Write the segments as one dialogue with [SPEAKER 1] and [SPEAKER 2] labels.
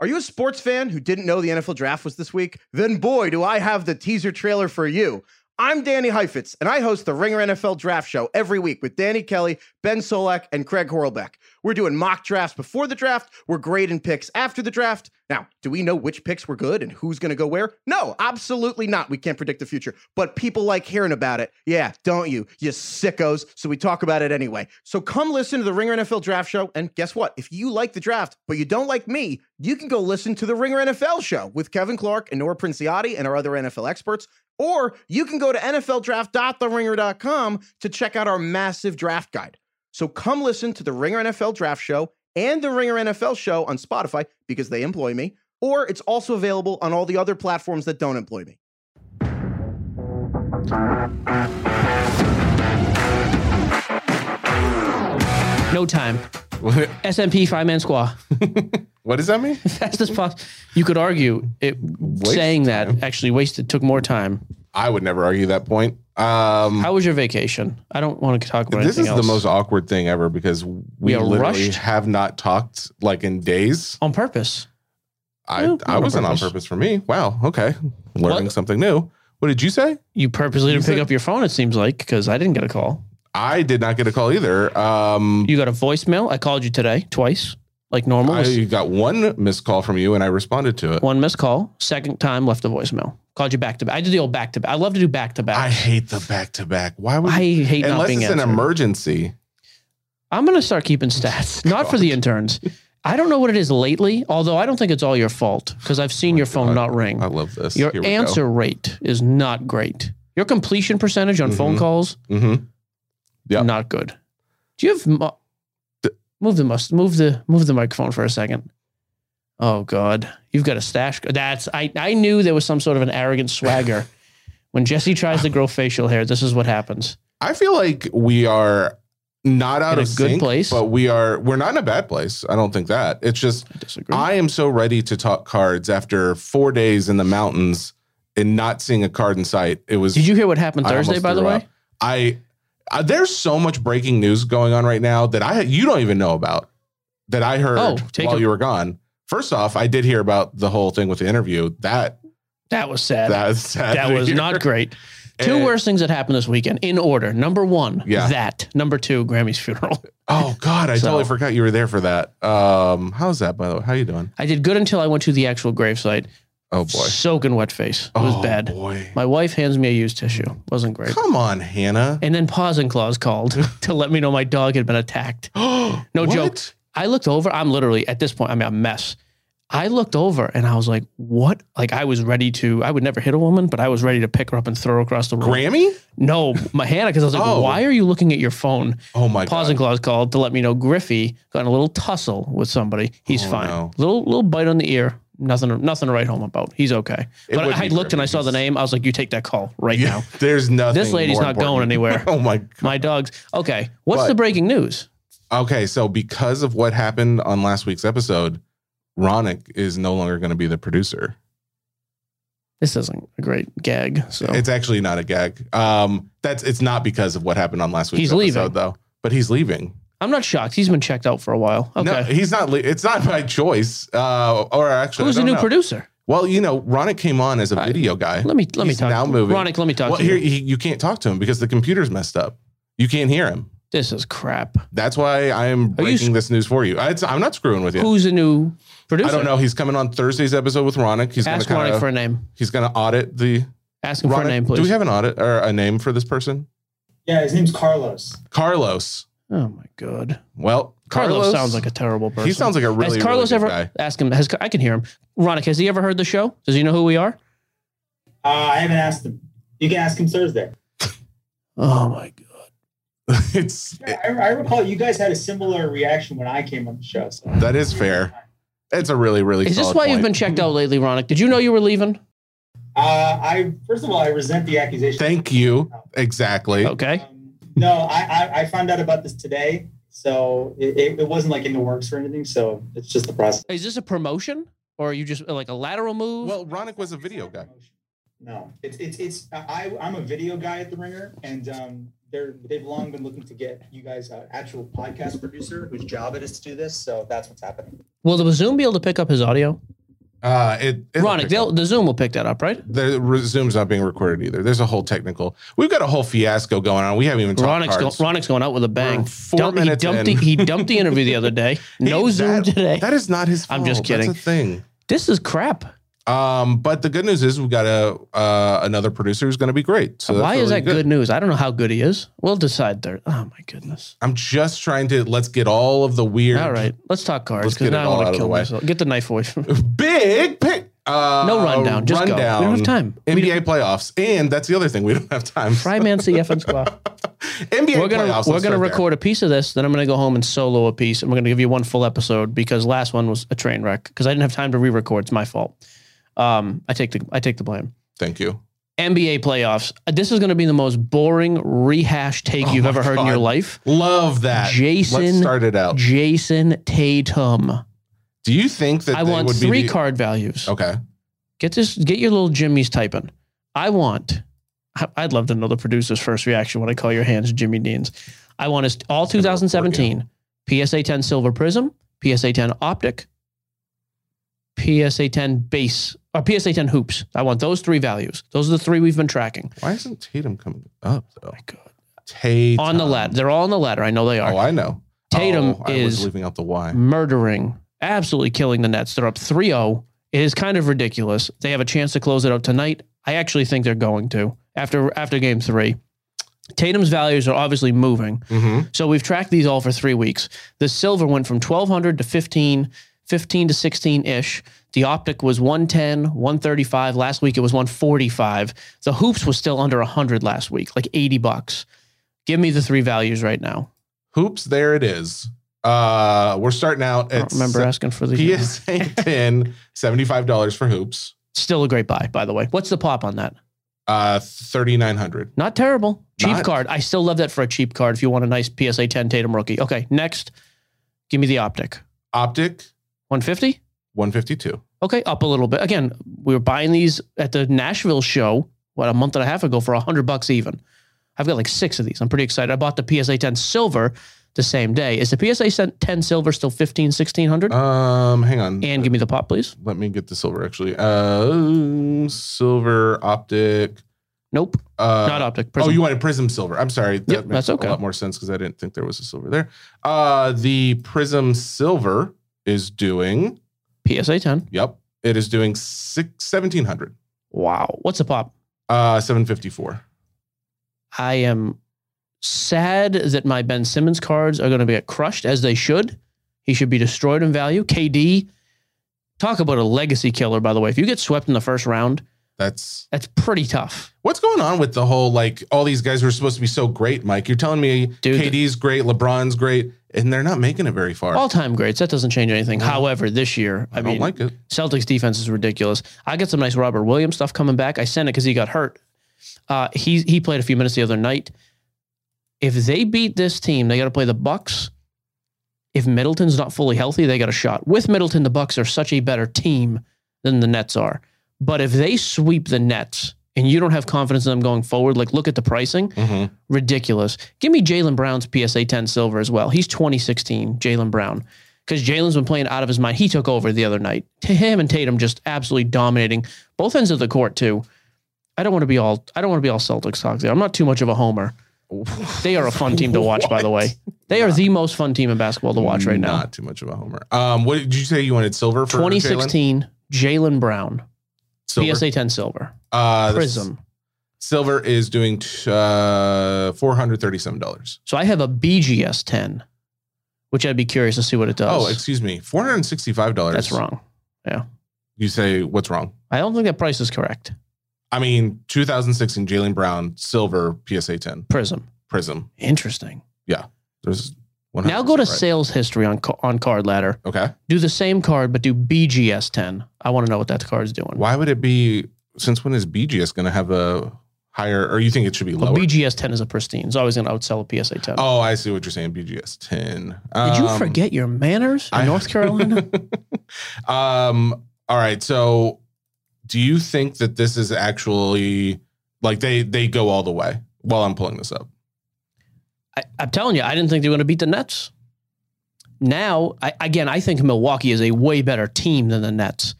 [SPEAKER 1] Are you a sports fan who didn't know the NFL draft was this week? Then boy, do I have the teaser trailer for you. I'm Danny Heifetz, and I host the Ringer NFL Draft Show every week with Danny Kelly, Ben Solak, and Craig Horlbeck. We're doing mock drafts before the draft, we're grading picks after the draft. Now, do we know which picks were good and who's going to go where? No, absolutely not. We can't predict the future, but people like hearing about it. Yeah, don't you? You sickos. So we talk about it anyway. So come listen to the Ringer NFL Draft Show, and guess what? If you like the draft, but you don't like me, you can go listen to the Ringer NFL Show with Kevin Clark and Nora Princiati and our other NFL experts. Or you can go to NFLdraft.theringer.com to check out our massive draft guide. So come listen to the Ringer NFL Draft Show and the Ringer NFL Show on Spotify because they employ me, or it's also available on all the other platforms that don't employ me.
[SPEAKER 2] No time.
[SPEAKER 3] What,
[SPEAKER 2] SMP five man squad.
[SPEAKER 3] what does that mean?
[SPEAKER 2] Fastest possible. You could argue it saying that actually wasted took more time.
[SPEAKER 3] I would never argue that point. Um,
[SPEAKER 2] How was your vacation? I don't want to talk about
[SPEAKER 3] this
[SPEAKER 2] anything
[SPEAKER 3] is the
[SPEAKER 2] else.
[SPEAKER 3] most awkward thing ever because we,
[SPEAKER 2] are
[SPEAKER 3] literally
[SPEAKER 2] rushed.
[SPEAKER 3] have not talked like in days.
[SPEAKER 2] on purpose.
[SPEAKER 3] I,
[SPEAKER 2] No,
[SPEAKER 3] I
[SPEAKER 2] not on
[SPEAKER 3] wasn't on
[SPEAKER 2] purpose.
[SPEAKER 3] purpose for me. Wow. Okay. Learning
[SPEAKER 2] What?
[SPEAKER 3] something new. What did you say?
[SPEAKER 2] You purposely didn't
[SPEAKER 3] You
[SPEAKER 2] pick
[SPEAKER 3] said-
[SPEAKER 2] up your phone. It seems like because I didn't get a call.
[SPEAKER 3] I did not get a call either. Um,
[SPEAKER 2] You got a voicemail. I called you today twice, like normal.
[SPEAKER 3] I got one missed call from you and I responded to it.
[SPEAKER 2] One missed call. Second time left a voicemail. Called you back to back. I did the old back to back. I love to do back to
[SPEAKER 3] I
[SPEAKER 2] back.
[SPEAKER 3] hate the back to back. Why would
[SPEAKER 2] I hate not
[SPEAKER 3] unless
[SPEAKER 2] being
[SPEAKER 3] it's
[SPEAKER 2] answered.
[SPEAKER 3] an emergency?
[SPEAKER 2] I'm gonna start keeping stats, not for the interns. I don't know what it is lately, although I don't think it's all your fault because I've seen your phone
[SPEAKER 3] Oh God.
[SPEAKER 2] not ring.
[SPEAKER 3] I love this.
[SPEAKER 2] Your
[SPEAKER 3] Here we go.
[SPEAKER 2] answer rate is not great. Your completion percentage on phone
[SPEAKER 3] Mhm.
[SPEAKER 2] calls
[SPEAKER 3] Mhm. Yep.
[SPEAKER 2] not good. Do you have mo- move the must move the move the microphone for a second? Oh God, you've got a stash. That's I I knew there was some sort of an arrogant swagger. when Jesse tries to grow facial hair, this is what happens.
[SPEAKER 3] I feel like we are not out
[SPEAKER 2] In a
[SPEAKER 3] of
[SPEAKER 2] good
[SPEAKER 3] sync,
[SPEAKER 2] place?
[SPEAKER 3] but we are we're not in a bad place. I don't think that. It's just
[SPEAKER 2] I disagree.
[SPEAKER 3] I am so ready to talk cards after four days in the mountains and not seeing a card in sight. It was
[SPEAKER 2] Did you hear what happened
[SPEAKER 3] I
[SPEAKER 2] Thursday?
[SPEAKER 3] almost
[SPEAKER 2] By the
[SPEAKER 3] threw
[SPEAKER 2] way,
[SPEAKER 3] up. I uh, there's so much breaking news going on right now that I you don't even know about that I heard
[SPEAKER 2] Oh, take
[SPEAKER 3] while
[SPEAKER 2] a-
[SPEAKER 3] you were gone. First off, I did hear about the whole thing with the interview. That
[SPEAKER 2] that was sad.
[SPEAKER 3] that was sad
[SPEAKER 2] that
[SPEAKER 3] to
[SPEAKER 2] was
[SPEAKER 3] hear.
[SPEAKER 2] not great. Two
[SPEAKER 3] And-
[SPEAKER 2] worst things that happened this weekend in order. Number one,
[SPEAKER 3] Yeah.
[SPEAKER 2] that. Number two, Grammy's funeral.
[SPEAKER 3] Oh God, I
[SPEAKER 2] So-
[SPEAKER 3] totally forgot you were there for that. Um, how's that by the way? How you doing?
[SPEAKER 2] I did good until I went to the actual gravesite.
[SPEAKER 3] Oh boy,
[SPEAKER 2] Soaking wet face. It was
[SPEAKER 3] oh,
[SPEAKER 2] bad.
[SPEAKER 3] Boy,
[SPEAKER 2] My wife hands me a used tissue. Wasn't great.
[SPEAKER 3] come on, Hannah.
[SPEAKER 2] And then Paws and Claws called to let me know my dog had been attacked.
[SPEAKER 3] no
[SPEAKER 2] joke. I looked over. I'm literally at this point. I'm a mess. I looked over and I was like, "What?" Like I was ready to. I would never hit a woman, but I was ready to pick her up and throw her across the room.
[SPEAKER 3] Grammy?
[SPEAKER 2] No, my Hannah, because I was like,
[SPEAKER 3] Oh.
[SPEAKER 2] "Why are you looking at your phone?"
[SPEAKER 3] Oh my
[SPEAKER 2] Paws
[SPEAKER 3] God.
[SPEAKER 2] and Claws called to let me know Griffey got in a little tussle with somebody. He's
[SPEAKER 3] Oh,
[SPEAKER 2] fine.
[SPEAKER 3] no.
[SPEAKER 2] Little little bite on the ear. Nothing nothing to write home about. He's okay.
[SPEAKER 3] It
[SPEAKER 2] but
[SPEAKER 3] would
[SPEAKER 2] I, I
[SPEAKER 3] be
[SPEAKER 2] looked and I
[SPEAKER 3] Griffey.
[SPEAKER 2] saw the name. I was like, "You take that call right now."
[SPEAKER 3] There's nothing.
[SPEAKER 2] This lady's
[SPEAKER 3] more
[SPEAKER 2] not going
[SPEAKER 3] important.
[SPEAKER 2] anywhere.
[SPEAKER 3] Oh my.
[SPEAKER 2] My dogs. Okay. What's
[SPEAKER 3] But-
[SPEAKER 2] the breaking news?
[SPEAKER 3] Okay, so because of what happened on last week's episode, Ronick is no longer going to be the producer.
[SPEAKER 2] This isn't a great gag. So
[SPEAKER 3] It's actually not a gag. Um, that's it's not because of what happened on last week's
[SPEAKER 2] He's
[SPEAKER 3] episode
[SPEAKER 2] leaving.
[SPEAKER 3] though. But he's leaving.
[SPEAKER 2] I'm not shocked. He's been checked out for a while. Okay.
[SPEAKER 3] No, he's not. Le- it's not by choice. Uh, or actually,
[SPEAKER 2] Who's
[SPEAKER 3] I
[SPEAKER 2] the
[SPEAKER 3] don't
[SPEAKER 2] new
[SPEAKER 3] know.
[SPEAKER 2] producer?
[SPEAKER 3] Well, you know, Ronick came on as a
[SPEAKER 2] I-
[SPEAKER 3] video guy.
[SPEAKER 2] Let me let me
[SPEAKER 3] He's
[SPEAKER 2] talk.
[SPEAKER 3] now
[SPEAKER 2] to
[SPEAKER 3] moving.
[SPEAKER 2] Ronick, let me talk
[SPEAKER 3] Well,
[SPEAKER 2] to you.
[SPEAKER 3] here he, you can't talk to him because the computer's messed up. You can't hear him.
[SPEAKER 2] This is crap.
[SPEAKER 3] That's why I
[SPEAKER 2] Are
[SPEAKER 3] am
[SPEAKER 2] you
[SPEAKER 3] breaking this news for you. I, it's, I'm not screwing with you.
[SPEAKER 2] Who's the new producer?
[SPEAKER 3] I don't know. He's coming on Thursday's episode with Ronick. He's going to
[SPEAKER 2] Ask Ronick
[SPEAKER 3] kind
[SPEAKER 2] for a
[SPEAKER 3] of
[SPEAKER 2] name.
[SPEAKER 3] he's going to audit the
[SPEAKER 2] Ask him for a
[SPEAKER 3] Ronick.
[SPEAKER 2] name, please.
[SPEAKER 3] Do we have an audit or a name for this person?
[SPEAKER 4] Yeah, his name's Carlos.
[SPEAKER 3] Carlos.
[SPEAKER 2] oh my god.
[SPEAKER 3] Well,
[SPEAKER 2] Carlos, sounds like a terrible person.
[SPEAKER 3] he sounds like a really
[SPEAKER 2] has Carlos
[SPEAKER 3] really good
[SPEAKER 2] ever
[SPEAKER 3] guy.
[SPEAKER 2] ask him? Has I can hear him. Ronick, has he ever heard the show? Does he know who we are?
[SPEAKER 4] Uh, I haven't asked him. You can ask him Thursday.
[SPEAKER 2] Oh my god.
[SPEAKER 3] it's it-
[SPEAKER 4] I, I recall you guys had a similar reaction when I came on the show. So.
[SPEAKER 3] that is fair. It's a really really.
[SPEAKER 2] Is this
[SPEAKER 3] solid
[SPEAKER 2] why you've
[SPEAKER 3] point.
[SPEAKER 2] been checked out lately, Ronick? Did you know you were leaving?
[SPEAKER 4] Uh, I first of all, I resent the accusation.
[SPEAKER 3] Thank you. Exactly.
[SPEAKER 2] Okay.
[SPEAKER 4] Um, no, I, I I found out about this today, so it, it, it wasn't like in the works or anything. So it's just the process.
[SPEAKER 2] Is this a promotion or are you just like a lateral move?
[SPEAKER 3] Well, Ronick was a video guy.
[SPEAKER 4] No, it's it's it's I I'm a video guy at the Ringer, and um, they're they've long been looking to get you guys an actual podcast producer whose job it is to do this. So that's what's happening.
[SPEAKER 2] Will the Zoom be able to pick up his audio?
[SPEAKER 3] Uh, it, it'll
[SPEAKER 2] Ronick,
[SPEAKER 3] pick
[SPEAKER 2] they'll,
[SPEAKER 3] up.
[SPEAKER 2] the Zoom will pick that up, right?
[SPEAKER 3] the re- Zoom's not being recorded either. There's a whole technical. We've got a whole fiasco going on. We haven't even talked.
[SPEAKER 2] Ronick's, go,
[SPEAKER 3] cards.
[SPEAKER 2] Ronick's going out with a bang.
[SPEAKER 3] We're four
[SPEAKER 2] Dump- he,
[SPEAKER 3] minutes
[SPEAKER 2] dumped the,
[SPEAKER 3] in.
[SPEAKER 2] he dumped the interview the other day.
[SPEAKER 3] He-
[SPEAKER 2] No Zoom
[SPEAKER 3] that-
[SPEAKER 2] today.
[SPEAKER 3] That is not his. Fault.
[SPEAKER 2] I'm just kidding.
[SPEAKER 3] That's a thing.
[SPEAKER 2] This is crap.
[SPEAKER 3] Um, but the good news is we've got a uh, another producer who's going to be great. So that's
[SPEAKER 2] Why is
[SPEAKER 3] really
[SPEAKER 2] that good. news? I don't know how good he is. We'll decide there. Oh my goodness.
[SPEAKER 3] I'm just trying to let's get all of the weird.
[SPEAKER 2] All right, let's talk cards
[SPEAKER 3] Let's get
[SPEAKER 2] because
[SPEAKER 3] it
[SPEAKER 2] now I
[SPEAKER 3] all
[SPEAKER 2] want
[SPEAKER 3] out of
[SPEAKER 2] to
[SPEAKER 3] the
[SPEAKER 2] kill
[SPEAKER 3] way.
[SPEAKER 2] myself. Get the knife away from.
[SPEAKER 3] Big pick. Uh,
[SPEAKER 2] No rundown. Just go. We don't have time. We
[SPEAKER 3] NBA playoffs, and that's the other thing we don't have time.
[SPEAKER 2] Fry Mancy effing squad.
[SPEAKER 3] NBA
[SPEAKER 2] We're gonna we're
[SPEAKER 3] playoffs. let's
[SPEAKER 2] gonna
[SPEAKER 3] start there.
[SPEAKER 2] record a piece of this. Then I'm gonna go home and solo a piece, and we're gonna give you one full episode because last one was a train wreck because I didn't have time to re-record. It's my fault. Um, I take the I take the blame.
[SPEAKER 3] Thank you.
[SPEAKER 2] NBA playoffs. Uh, This is gonna be the most boring rehash take
[SPEAKER 3] Oh
[SPEAKER 2] you've
[SPEAKER 3] my
[SPEAKER 2] ever heard in your
[SPEAKER 3] God.
[SPEAKER 2] life.
[SPEAKER 3] Love that. Let's
[SPEAKER 2] Jason
[SPEAKER 3] start it out.
[SPEAKER 2] Jason Tatum.
[SPEAKER 3] Do you think that
[SPEAKER 2] I
[SPEAKER 3] they
[SPEAKER 2] want
[SPEAKER 3] would
[SPEAKER 2] three
[SPEAKER 3] be the-
[SPEAKER 2] card values.
[SPEAKER 3] Okay.
[SPEAKER 2] Get this. Get your little Jimmy's typing. I want. I- I'd love to know the producer's first reaction when I call your hands Jimmy Dean's. I want us all
[SPEAKER 3] It's gonna report you.
[SPEAKER 2] 2017 PSA 10 silver prism, PSA 10 optic, PSA 10 base, or PSA 10 hoops. I want those three values. Those are the three we've been tracking.
[SPEAKER 3] Why isn't Tatum coming up though?
[SPEAKER 2] My God.
[SPEAKER 3] Tatum
[SPEAKER 2] On the ladder, they're all on the ladder. I know they are.
[SPEAKER 3] Oh, I know.
[SPEAKER 2] Tatum
[SPEAKER 3] Oh, I was
[SPEAKER 2] is
[SPEAKER 3] leaving out the Y.
[SPEAKER 2] murdering, absolutely killing the Nets. They're up 3 0. It is kind of ridiculous. They have a chance to close it out tonight. I actually think they're going to after after game three. Tatum's values are obviously moving.
[SPEAKER 3] Mm-hmm.
[SPEAKER 2] So we've tracked these all for three weeks. The silver went from 1200 to 15, 15 to 16 ish. The optic was 110, 135. Last week it was 145. The hoops was still under 100 last week, like 80 bucks. Give me the three values right now.
[SPEAKER 3] Hoops, there it is. Uh, we're starting out
[SPEAKER 2] I
[SPEAKER 3] at
[SPEAKER 2] don't remember asking for the
[SPEAKER 3] PSA 10, $75 for hoops,
[SPEAKER 2] Still a great buy, by the way. What's the pop on that?
[SPEAKER 3] uh, 3900
[SPEAKER 2] Not terrible. Cheap
[SPEAKER 3] Not-
[SPEAKER 2] card. I still love that for a cheap card if you want a nice PSA 10 Tatum rookie. Okay, next. Give me the optic.
[SPEAKER 3] Optic,
[SPEAKER 2] 150?
[SPEAKER 3] 152
[SPEAKER 2] Okay, up a little bit. Again, we were buying these at the Nashville show, what, a month and a half ago for 100 bucks even. I've got like six of these. I'm pretty excited. I bought the PSA 10 silver the same day. Is the PSA 10 silver still 15, 1600?
[SPEAKER 3] Um, hang on.
[SPEAKER 2] and give me the pop, please.
[SPEAKER 3] Let me get the silver actually. Uh, silver, optic.
[SPEAKER 2] Nope,
[SPEAKER 3] Uh,
[SPEAKER 2] not optic. Prism.
[SPEAKER 3] Oh, you wanted prism silver. I'm sorry. That
[SPEAKER 2] Yep,
[SPEAKER 3] makes
[SPEAKER 2] that's okay.
[SPEAKER 3] a lot more sense because I didn't think there was a silver there. Uh, the prism silver is doing,
[SPEAKER 2] PSA 10.
[SPEAKER 3] yep, it is doing six, 1700,
[SPEAKER 2] Wow. What's the pop?
[SPEAKER 3] uh, 754.
[SPEAKER 2] I am sad that my Ben Simmons cards are going to get crushed as they should. He should be destroyed in value. KD, talk about a legacy killer, by the way. If you get swept in the first round,
[SPEAKER 3] That's
[SPEAKER 2] that's pretty tough.
[SPEAKER 3] what's going on with the whole like all these guys who are supposed to be so great, Mike. You're telling me
[SPEAKER 2] Dude,
[SPEAKER 3] KD's great, LeBron's great, and they're not making it very far.
[SPEAKER 2] All time greats. That doesn't change anything. However, this year,
[SPEAKER 3] I,
[SPEAKER 2] I,
[SPEAKER 3] don't
[SPEAKER 2] mean,
[SPEAKER 3] like it.
[SPEAKER 2] Celtics defense is ridiculous. I got some nice Robert Williams stuff coming back. I sent it because he got hurt. Uh, he he played a few minutes the other night. If they beat this team, they got to play the Bucks. If Middleton's not fully healthy, they got a shot. With Middleton, the Bucks are such a better team than the Nets are. But if they sweep the Nets and you don't have confidence in them going forward, like look at the pricing,
[SPEAKER 3] Mhm.
[SPEAKER 2] ridiculous. Give me Jalen Brown's PSA 10 silver as well. He's 2016, Jalen Brown. Because Jalen's been playing out of his mind. He took over the other night. To him and Tatum just absolutely dominating both ends of the court too. I don't want to be all I don't want to be all Celtics talk there. I'm not too much of a homer. They are a fun team to watch, by the way. They are the most fun team in basketball to watch right now.
[SPEAKER 3] Not too much of a homer. Um, what did you say you wanted silver for? Jalen?
[SPEAKER 2] 2016, Jalen Brown,
[SPEAKER 3] Silver.
[SPEAKER 2] PSA 10 silver,
[SPEAKER 3] Uh,
[SPEAKER 2] Prism.
[SPEAKER 3] Silver is doing t- uh, four hundred thirty-seven dollars.
[SPEAKER 2] So I have a BGS 10, which I'd be curious to see what it does.
[SPEAKER 3] Oh, excuse me, four hundred sixty-five dollars.
[SPEAKER 2] That's wrong.
[SPEAKER 3] You say what's wrong?
[SPEAKER 2] I don't think that price is correct.
[SPEAKER 3] I mean, 2016 Jalen Brown silver PSA 10
[SPEAKER 2] Prism.
[SPEAKER 3] Prism.
[SPEAKER 2] Interesting.
[SPEAKER 3] There's one.
[SPEAKER 2] Now go to sales history on ca- on card ladder.
[SPEAKER 3] Okay.
[SPEAKER 2] Do the same card, but do BGS 10. I want to know what that card's doing.
[SPEAKER 3] Why would it be? Since when is BGS going to have a higher? Or you think it should be
[SPEAKER 2] Well,
[SPEAKER 3] lower?
[SPEAKER 2] BGS 10 is a pristine. It's always going to outsell a PSA 10.
[SPEAKER 3] oh, I see what you're saying. BGS 10.
[SPEAKER 2] Did you
[SPEAKER 3] Um,
[SPEAKER 2] forget your manners in
[SPEAKER 3] I-
[SPEAKER 2] North Carolina?
[SPEAKER 3] um. All right. So, do you think that this is actually like they they go all the way? While I'm pulling this up.
[SPEAKER 2] I, I'm telling you, I didn't think they were going to beat the Nets. Now, I, again, I think Milwaukee is a way better team than the Nets.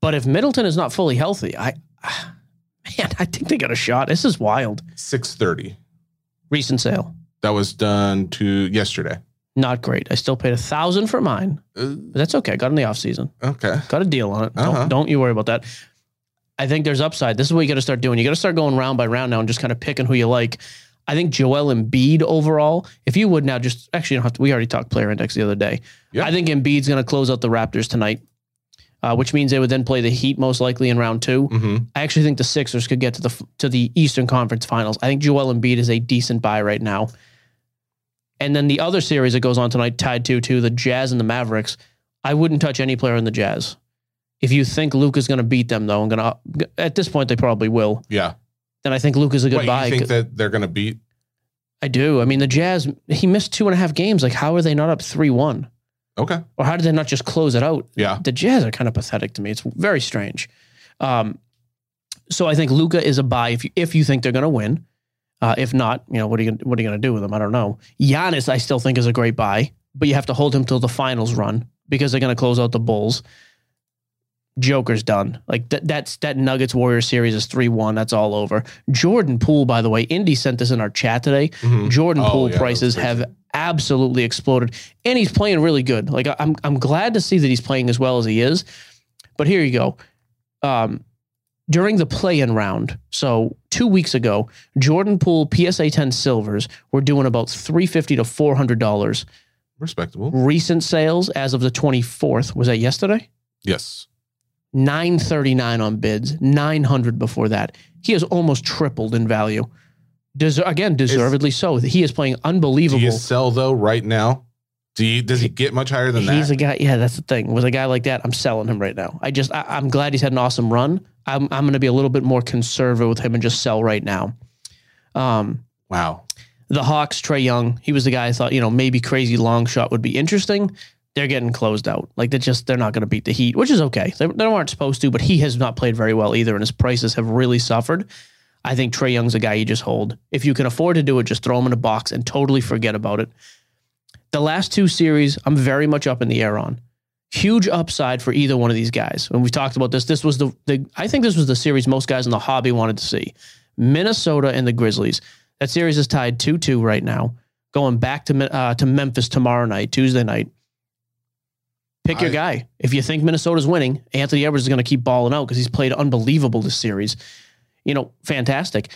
[SPEAKER 2] But if Middleton is not fully healthy, I man, I think they got a shot. This is wild.
[SPEAKER 3] Six thirty.
[SPEAKER 2] Recent sale,
[SPEAKER 3] That was done to yesterday.
[SPEAKER 2] not great. I still paid a thousand for mine,
[SPEAKER 3] Uh,
[SPEAKER 2] but that's okay. Got in the off season.
[SPEAKER 3] okay.
[SPEAKER 2] Got a deal on it. Don't,
[SPEAKER 3] Uh-huh.
[SPEAKER 2] don't you worry about that. I think there's upside. This is what you got to start doing. You got to start going round by round now and just kind of picking who you like. I think Joel Embiid overall, if you would now just actually, you don't have to, we already talked player index the other day.
[SPEAKER 3] Yeah.
[SPEAKER 2] I think Embiid's going to close out the Raptors tonight, uh, which means they would then play the Heat most likely in round two.
[SPEAKER 3] hmm
[SPEAKER 2] I actually think the Sixers could get to the to the Eastern Conference Finals. I think Joel Embiid is a decent buy right now. And then the other series that goes on tonight, tied to to the Jazz and the Mavericks. I wouldn't touch any player in the Jazz. If you think Luke is going to beat them, though, I'm going to at this point they probably will.
[SPEAKER 3] Yeah.
[SPEAKER 2] Then I think Luke is a good
[SPEAKER 3] Wait,
[SPEAKER 2] buy.
[SPEAKER 3] you think that they're gonna beat?
[SPEAKER 2] I do. I mean, the Jazz he missed two and a half games. Like, how are they not up three one?
[SPEAKER 3] Okay.
[SPEAKER 2] Or how did they not just close it out?
[SPEAKER 3] Yeah.
[SPEAKER 2] the Jazz are kind of pathetic to me. It's very strange. Um, so I think Luca is a buy if you if you think they're going to win. Uh, if not, you know what are you gonna- what are you going to do with them? I don't know. Giannis, I still think is a great buy, but you have to hold him till the finals run because they're going to close out the Bulls. Joker's done. Like that that's that Nuggets Warriors series is three one. That's all over. Jordan Poole, by the way, Indy sent this in our chat today.
[SPEAKER 3] Mhm.
[SPEAKER 2] Jordan
[SPEAKER 3] Oh,
[SPEAKER 2] Poole
[SPEAKER 3] yeah, that
[SPEAKER 2] prices
[SPEAKER 3] was crazy.
[SPEAKER 2] have absolutely exploded, and he's playing really good. Like I- I'm, I'm glad to see that he's playing as well as he is. But here you go. Um, during the play-in round, so two weeks ago, Jordan Poole PSA 10 silvers were doing about 350 to 400 dollars.
[SPEAKER 3] Respectable.
[SPEAKER 2] Recent sales as of the 24th was that yesterday.
[SPEAKER 3] Yes.
[SPEAKER 2] 939 on bids, 900 before that. He has almost tripled in value. Deser- again, deservedly so. He is playing
[SPEAKER 3] Do
[SPEAKER 2] unbelievable.
[SPEAKER 3] you sell though right now? Do you? Does he get much higher than
[SPEAKER 2] he's
[SPEAKER 3] that?
[SPEAKER 2] a guy. Yeah, that's the thing. With a guy like that, I'm selling him right now. I just, I, I'm glad he's had an awesome run. I'm, I'm going to be a little bit more conservative with him and just sell right now. Um,
[SPEAKER 3] wow.
[SPEAKER 2] the Hawks, Trey Young, he was the guy I thought, you know, maybe crazy long shot would be interesting. They're getting closed out. Like they're just, they're not going to beat the Heat, which is okay. They, they aren't supposed to, but he has not played very well either, and his prices have really suffered. I think Trey Young's a guy you just hold. If you can afford to do it, just throw him in a box and totally forget about it. The last two series, I'm very much up in the air on. Huge upside for either one of these guys. When we talked about this, this was the, the I think this was the series most guys in the hobby wanted to see. Minnesota and the Grizzlies. That series is tied 2 2 right now, going back to, Me- uh, to Memphis tomorrow night, Tuesday night. Pick your
[SPEAKER 3] I-
[SPEAKER 2] guy. If you think Minnesota's winning, Anthony Edwards is going to keep balling out because he's played unbelievable this series. You know, fantastic.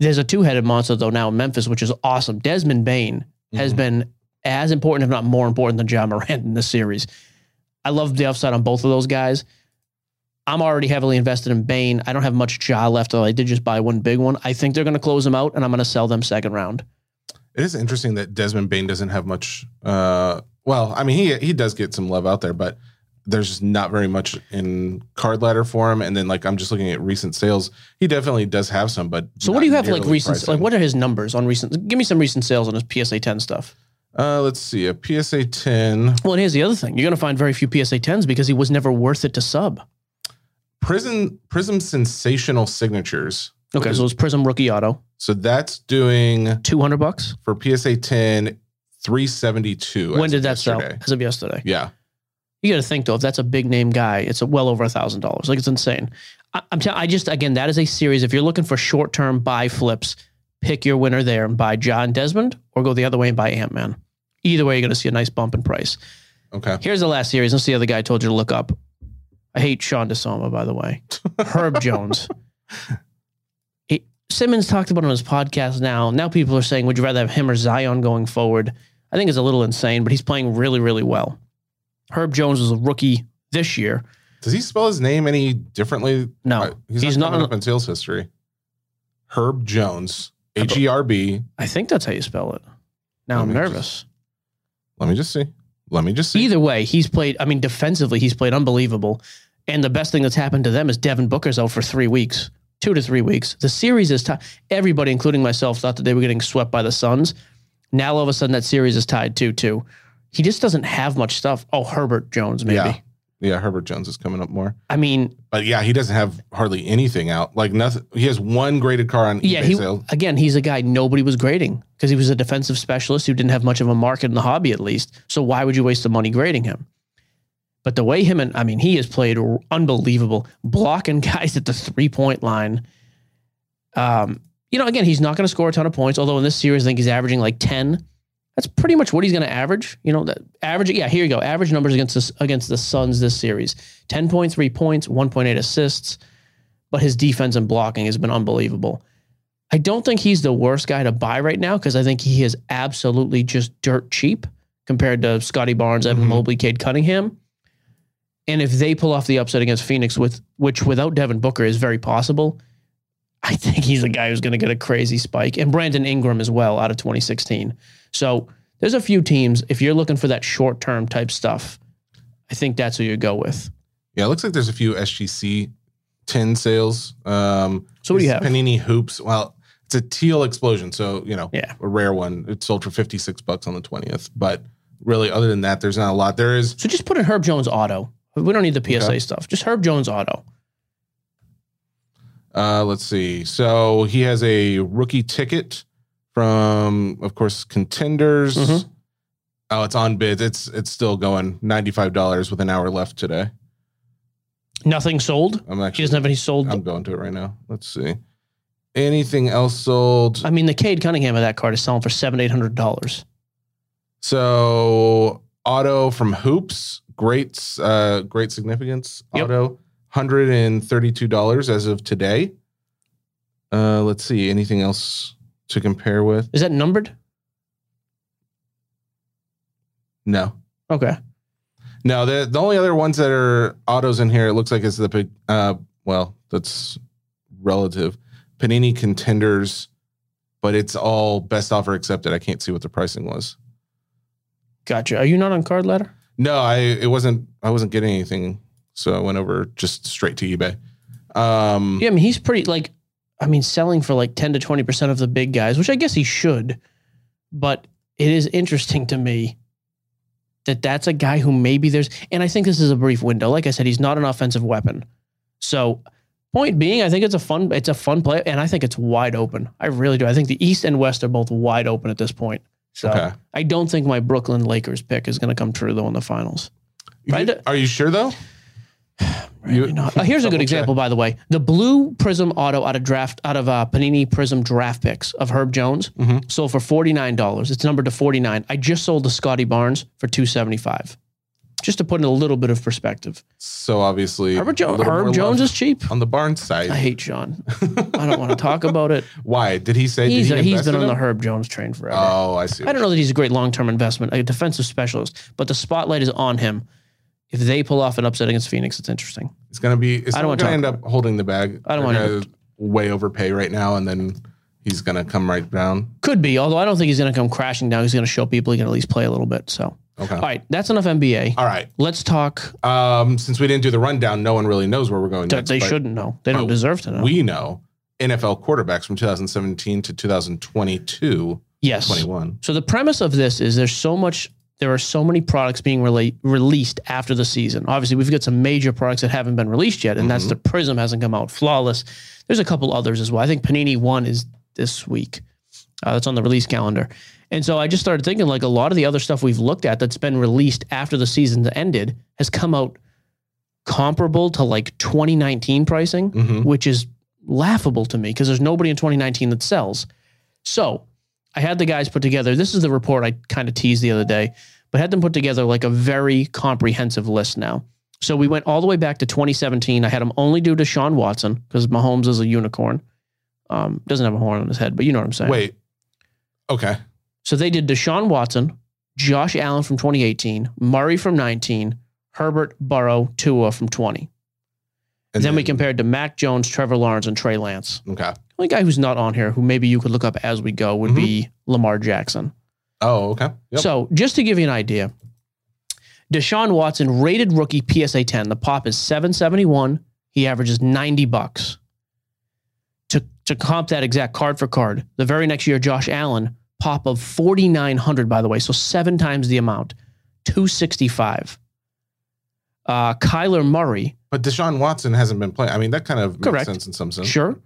[SPEAKER 2] There's a two headed monster, though, now in Memphis, which is awesome. Desmond Bain has
[SPEAKER 3] Mhm.
[SPEAKER 2] been as important, if not more important, than John Morant in this series. I love the upside on both of those guys. I'm already heavily invested in Bain. I don't have much jaw left, though. I did just buy one big one. I think they're going to close them out, and I'm going to sell them second round.
[SPEAKER 3] It is interesting that Desmond Bain doesn't have much. Uh, well, I mean, he he does get some love out there, but there's just not very much in card ladder for him. And then, like, I'm just looking at recent sales. He definitely does have some, but
[SPEAKER 2] So, what
[SPEAKER 3] not
[SPEAKER 2] do you have like
[SPEAKER 3] nearly
[SPEAKER 2] recent?
[SPEAKER 3] pricing.
[SPEAKER 2] Like, what are his numbers on recent? Give me some recent sales on his PSA 10 stuff.
[SPEAKER 3] Uh, let's see. A PSA 10
[SPEAKER 2] Well, and here's the other thing: you're going to find very few PSA 10s because he was never worth it to sub.
[SPEAKER 3] Prism Prism Sensational Signatures.
[SPEAKER 2] Okay, so it was Prism Rookie Auto,
[SPEAKER 3] So that's doing
[SPEAKER 2] 200 bucks.
[SPEAKER 3] for PSA 10 372.
[SPEAKER 2] When
[SPEAKER 3] as
[SPEAKER 2] did
[SPEAKER 3] of
[SPEAKER 2] that sell?
[SPEAKER 3] yesterday.
[SPEAKER 2] As of yesterday.
[SPEAKER 3] Yeah.
[SPEAKER 2] You got to think though, if that's a big name guy, it's a well over a thousand dollars. Like it's insane. I, I'm telling. I just again, that is a series. If you're looking for short term buy flips, pick your winner there and buy John Desmond, or go the other way and buy Ant Man. Either way, you're going to see a nice bump in price.
[SPEAKER 3] Okay.
[SPEAKER 2] Here's the last series. Let's see the other guy I told you to look up. I hate Sean DeSoma, by the way. Herb Jones. He- Simmons talked about it on his podcast now. Now people are saying, would you rather have him or Zion going forward? I think it's a little insane, but he's playing really, really well. Herb Jones was a rookie this year.
[SPEAKER 3] Does he spell his name any differently?
[SPEAKER 2] No,
[SPEAKER 3] Uh, he's,
[SPEAKER 2] he's not
[SPEAKER 3] not, coming
[SPEAKER 2] on-
[SPEAKER 3] up in sales history. Herb Jones. H E R B.
[SPEAKER 2] I think that's how you spell it. Now
[SPEAKER 3] Let
[SPEAKER 2] I'm
[SPEAKER 3] me just
[SPEAKER 2] nervous.
[SPEAKER 3] Let me just see. Let me just see.
[SPEAKER 2] Either way, he's played, I mean, defensively, he's played unbelievable. And the best thing that's happened to them is Devin Booker's out for three weeks, two to three weeks. The series is tied. Everybody, including myself, thought that they were getting swept by the Suns. Now, all of a sudden, that series is tied 2 2. He just doesn't have much stuff. Oh, Herbert Jones, maybe.
[SPEAKER 3] Yeah. Yeah, Herbert Jones is coming up more.
[SPEAKER 2] I mean,
[SPEAKER 3] But yeah, he doesn't have hardly anything out. Like nothing. He has one graded car on
[SPEAKER 2] yeah,
[SPEAKER 3] eBay
[SPEAKER 2] he,
[SPEAKER 3] sale.
[SPEAKER 2] again, he's a guy nobody was grading because he was a defensive specialist who didn't have much of a market in the hobby, at least. So, why would you waste the money grading him? But the way him and I mean, he has played r- unbelievable, blocking guys at the three point line. Um, you know, again, he's not going to score a ton of points. Although in this series, I think he's averaging like ten. That's pretty much what he's going to average. You know, that average. Yeah, here you go. Average numbers against this, against the Suns this series: ten point three points, one point eight assists. But his defense and blocking has been unbelievable. I don't think he's the worst guy to buy right now because I think he is absolutely just dirt cheap compared to Scotty Barnes, Evan
[SPEAKER 3] Mhm.
[SPEAKER 2] Mobley, Cade Cunningham. And if they pull off the upset against Phoenix, with which without Devin Booker is very possible, I think he's a guy who's going to get a crazy spike. And Brandon Ingram as well out of 2016. So there's a few teams. If you're looking for that short term type stuff, I think that's who you go with.
[SPEAKER 3] Yeah, it looks like there's a few SGC tin sales. Um,
[SPEAKER 2] So what do you have?
[SPEAKER 3] Panini hoops. Well, it's a teal explosion, so you know,
[SPEAKER 2] Yeah.
[SPEAKER 3] a rare one. It sold for 56 bucks on the 20th, but really, other than that, there's not a lot. There is
[SPEAKER 2] So just put in Herb Jones auto. We don't need the PSA
[SPEAKER 3] Okay.
[SPEAKER 2] stuff. Just Herb Jones auto.
[SPEAKER 3] Uh, let's see. So he has a rookie ticket from, of course, contenders.
[SPEAKER 2] Mhm.
[SPEAKER 3] Oh, it's on bid. It's it's still going. Ninety five dollars with an hour left today.
[SPEAKER 2] Nothing sold.
[SPEAKER 3] I'm
[SPEAKER 2] He
[SPEAKER 3] actually.
[SPEAKER 2] doesn't have any sold.
[SPEAKER 3] I'm going to it right now. Let's see. Anything else sold?
[SPEAKER 2] I mean, the Cade Cunningham of that card is selling for seven, eight hundred dollars.
[SPEAKER 3] So auto from Hoops, great, uh, great significance.
[SPEAKER 2] Yep.
[SPEAKER 3] Auto, hundred and thirty-two dollars as of today. Uh, let's see. Anything else to compare with?
[SPEAKER 2] Is that numbered?
[SPEAKER 3] No.
[SPEAKER 2] Okay.
[SPEAKER 3] No, the the only other ones that are autos in here, it looks like is the big. Uh, well, that's relative. Panini contenders, but it's all best offer accepted. I can't see what the pricing was.
[SPEAKER 2] Gotcha. Are you not on card ladder?
[SPEAKER 3] No, I it wasn't. I wasn't getting anything, so I went over just straight to eBay. Um,
[SPEAKER 2] Yeah, I mean he's pretty like I mean, selling for like ten to twenty percent of the big guys, which I guess he should, but it is interesting to me that that's a guy who maybe there's and I think this is a brief window. Like I said, he's not an offensive weapon. So point being, I think it's a fun it's a fun play and I think it's wide open. I really do. I think the East and West are both wide open at this point. So
[SPEAKER 3] Okay.
[SPEAKER 2] I don't think my Brooklyn Lakers pick is going to come true though in the finals. Right.
[SPEAKER 3] You- are you sure though?
[SPEAKER 2] Really
[SPEAKER 3] You-
[SPEAKER 2] not. Uh, here's a
[SPEAKER 3] Double
[SPEAKER 2] good
[SPEAKER 3] check.
[SPEAKER 2] example, by the way. The blue Prism auto out of draft out of uh, Panini Prism draft picks of Herb Jones
[SPEAKER 3] Mhm.
[SPEAKER 2] sold for forty nine dollars. It's numbered to forty nine. I just sold to Scotty Barnes for two seventy five. Just to put in a little bit of perspective,
[SPEAKER 3] So obviously,
[SPEAKER 2] Herb,
[SPEAKER 3] a
[SPEAKER 2] jo-
[SPEAKER 3] little more
[SPEAKER 2] Herb Jones
[SPEAKER 3] love
[SPEAKER 2] is cheap.
[SPEAKER 3] on the Barnes
[SPEAKER 2] I
[SPEAKER 3] side.
[SPEAKER 2] hate Sean. I don't want to talk about it.
[SPEAKER 3] Why did he say?
[SPEAKER 2] He's
[SPEAKER 3] did
[SPEAKER 2] a,
[SPEAKER 3] he
[SPEAKER 2] he's
[SPEAKER 3] invest
[SPEAKER 2] been
[SPEAKER 3] in
[SPEAKER 2] on the
[SPEAKER 3] him?
[SPEAKER 2] Herb Jones train forever.
[SPEAKER 3] Oh, I see.
[SPEAKER 2] I don't know that he's a great long term investment, a defensive specialist, but the spotlight is on him. If they pull off an upset against Phoenix, it's interesting.
[SPEAKER 3] It's gonna be. It's
[SPEAKER 2] I
[SPEAKER 3] I
[SPEAKER 2] don't
[SPEAKER 3] don't
[SPEAKER 2] wanna
[SPEAKER 3] gonna
[SPEAKER 2] talk
[SPEAKER 3] end up holding the bag.
[SPEAKER 2] I don't
[SPEAKER 3] They're
[SPEAKER 2] wanna-
[SPEAKER 3] gonna way overpay right now, and then he's gonna come right down.
[SPEAKER 2] Could be, although I don't think he's going to come crashing down. He's going to show people he can at least play a little bit. So,
[SPEAKER 3] Okay.
[SPEAKER 2] all right, that's enough NBA.
[SPEAKER 3] All right.
[SPEAKER 2] Let's talk.
[SPEAKER 3] Um, since we didn't do the rundown, no one really knows where we're going.
[SPEAKER 2] that
[SPEAKER 3] next,
[SPEAKER 2] they
[SPEAKER 3] but
[SPEAKER 2] shouldn't know. They don't
[SPEAKER 3] Oh,
[SPEAKER 2] deserve to know.
[SPEAKER 3] We know NFL quarterbacks from 2017 to 2022,
[SPEAKER 2] yes.
[SPEAKER 3] 21.
[SPEAKER 2] So the premise of this is there's so much. There are so many products being rela- released after the season. Obviously, we've got some major products that haven't been released yet, and that's
[SPEAKER 3] Mhm.
[SPEAKER 2] the Prism hasn't come out. Flawless. There's a couple others as well. I think Panini One is this week. Uh, that's on the release calendar. And so I just started thinking like a lot of the other stuff we've looked at that's been released after the season's ended has come out comparable to like 2019 pricing.
[SPEAKER 3] hmm
[SPEAKER 2] which is laughable to me because there's nobody in 2019 that sells. So I had the guys put together. This is the report I kind of teased the other day, but had them put together like a very comprehensive list now. So we went all the way back to 2017. I had them only do Deshaun Watson because Mahomes is a unicorn. Um, doesn't have a horn on his head, but you know what I'm saying.
[SPEAKER 3] Wait. Okay.
[SPEAKER 2] So they did Deshaun Watson, Josh Allen from 2018, Murray from 19, Herbert, Burrow, Tua from 20.
[SPEAKER 3] And
[SPEAKER 2] then we compared to Mac Jones, Trevor Lawrence, and Trey Lance.
[SPEAKER 3] Okay.
[SPEAKER 2] only guy who's not on here who maybe you could look up as we go would be Lamar Jackson.
[SPEAKER 3] Oh, okay. Yep.
[SPEAKER 2] So just to give you an idea, Deshaun Watson rated rookie PSA 10. The pop is 771. He averages 90 bucks. To to comp that exact card for card, the very next year, Josh Allen, pop of 4,900, by the way. So seven times the amount, 265. Uh, Kyler Murray,
[SPEAKER 3] but Deshaun Watson hasn't been playing. I mean, that kind of makes
[SPEAKER 2] Correct.
[SPEAKER 3] sense in some sense.
[SPEAKER 2] Sure.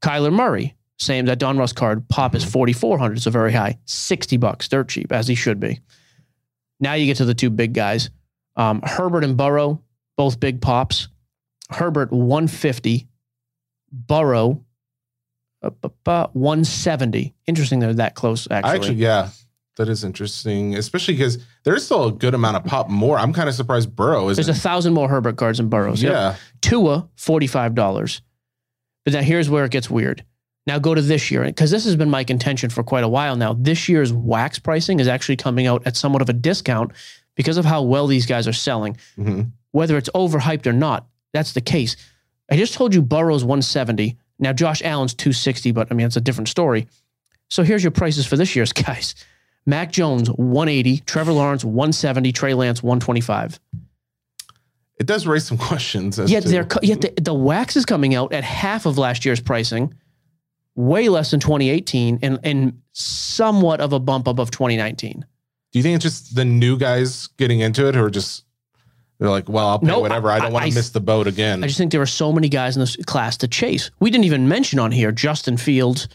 [SPEAKER 2] Kyler Murray, same that Don Russ card, pop
[SPEAKER 3] Mm-hmm.
[SPEAKER 2] is 4400, so very high. 60 bucks, dirt cheap as he should be. Now you get to the two big guys. Um, Herbert and Burrow, both big pops. Herbert 150, Burrow uh, bu- bu- 170. Interesting they're that close actually.
[SPEAKER 3] I actually, yeah, that is interesting, especially because there's still a good amount of pop more. I'm kind of surprised Burrow is.
[SPEAKER 2] There's a thousand more Herbert cards than Burrows. Yep.
[SPEAKER 3] Yeah,
[SPEAKER 2] Tua, $45. But now here's where it gets weird. Now go to this year, because this has been my contention for quite a while now. This year's wax pricing is actually coming out at somewhat of a discount because of how well these guys are selling.
[SPEAKER 3] Mhm.
[SPEAKER 2] Whether it's overhyped or not, that's the case. I just told you Burrow's 170. Now Josh Allen's 260, but I mean, it's a different story. So here's your prices for this year's guys. Mac Jones, 180, Trevor Lawrence, 170, Trey Lance, 125.
[SPEAKER 3] it does raise some questions. As
[SPEAKER 2] Yet
[SPEAKER 3] to-
[SPEAKER 2] they're co- yet the, the wax is coming out at half of last year's pricing, way less than 2018, and and somewhat of a bump above 2019.
[SPEAKER 3] Do you think it's just the new guys getting into it, or just they're like, well, I'll pay
[SPEAKER 2] No,
[SPEAKER 3] whatever. I,
[SPEAKER 2] I-
[SPEAKER 3] don't want
[SPEAKER 2] I-
[SPEAKER 3] to miss the boat again.
[SPEAKER 2] I just think there are so many guys in this class to chase. We didn't even mention on here Justin Fields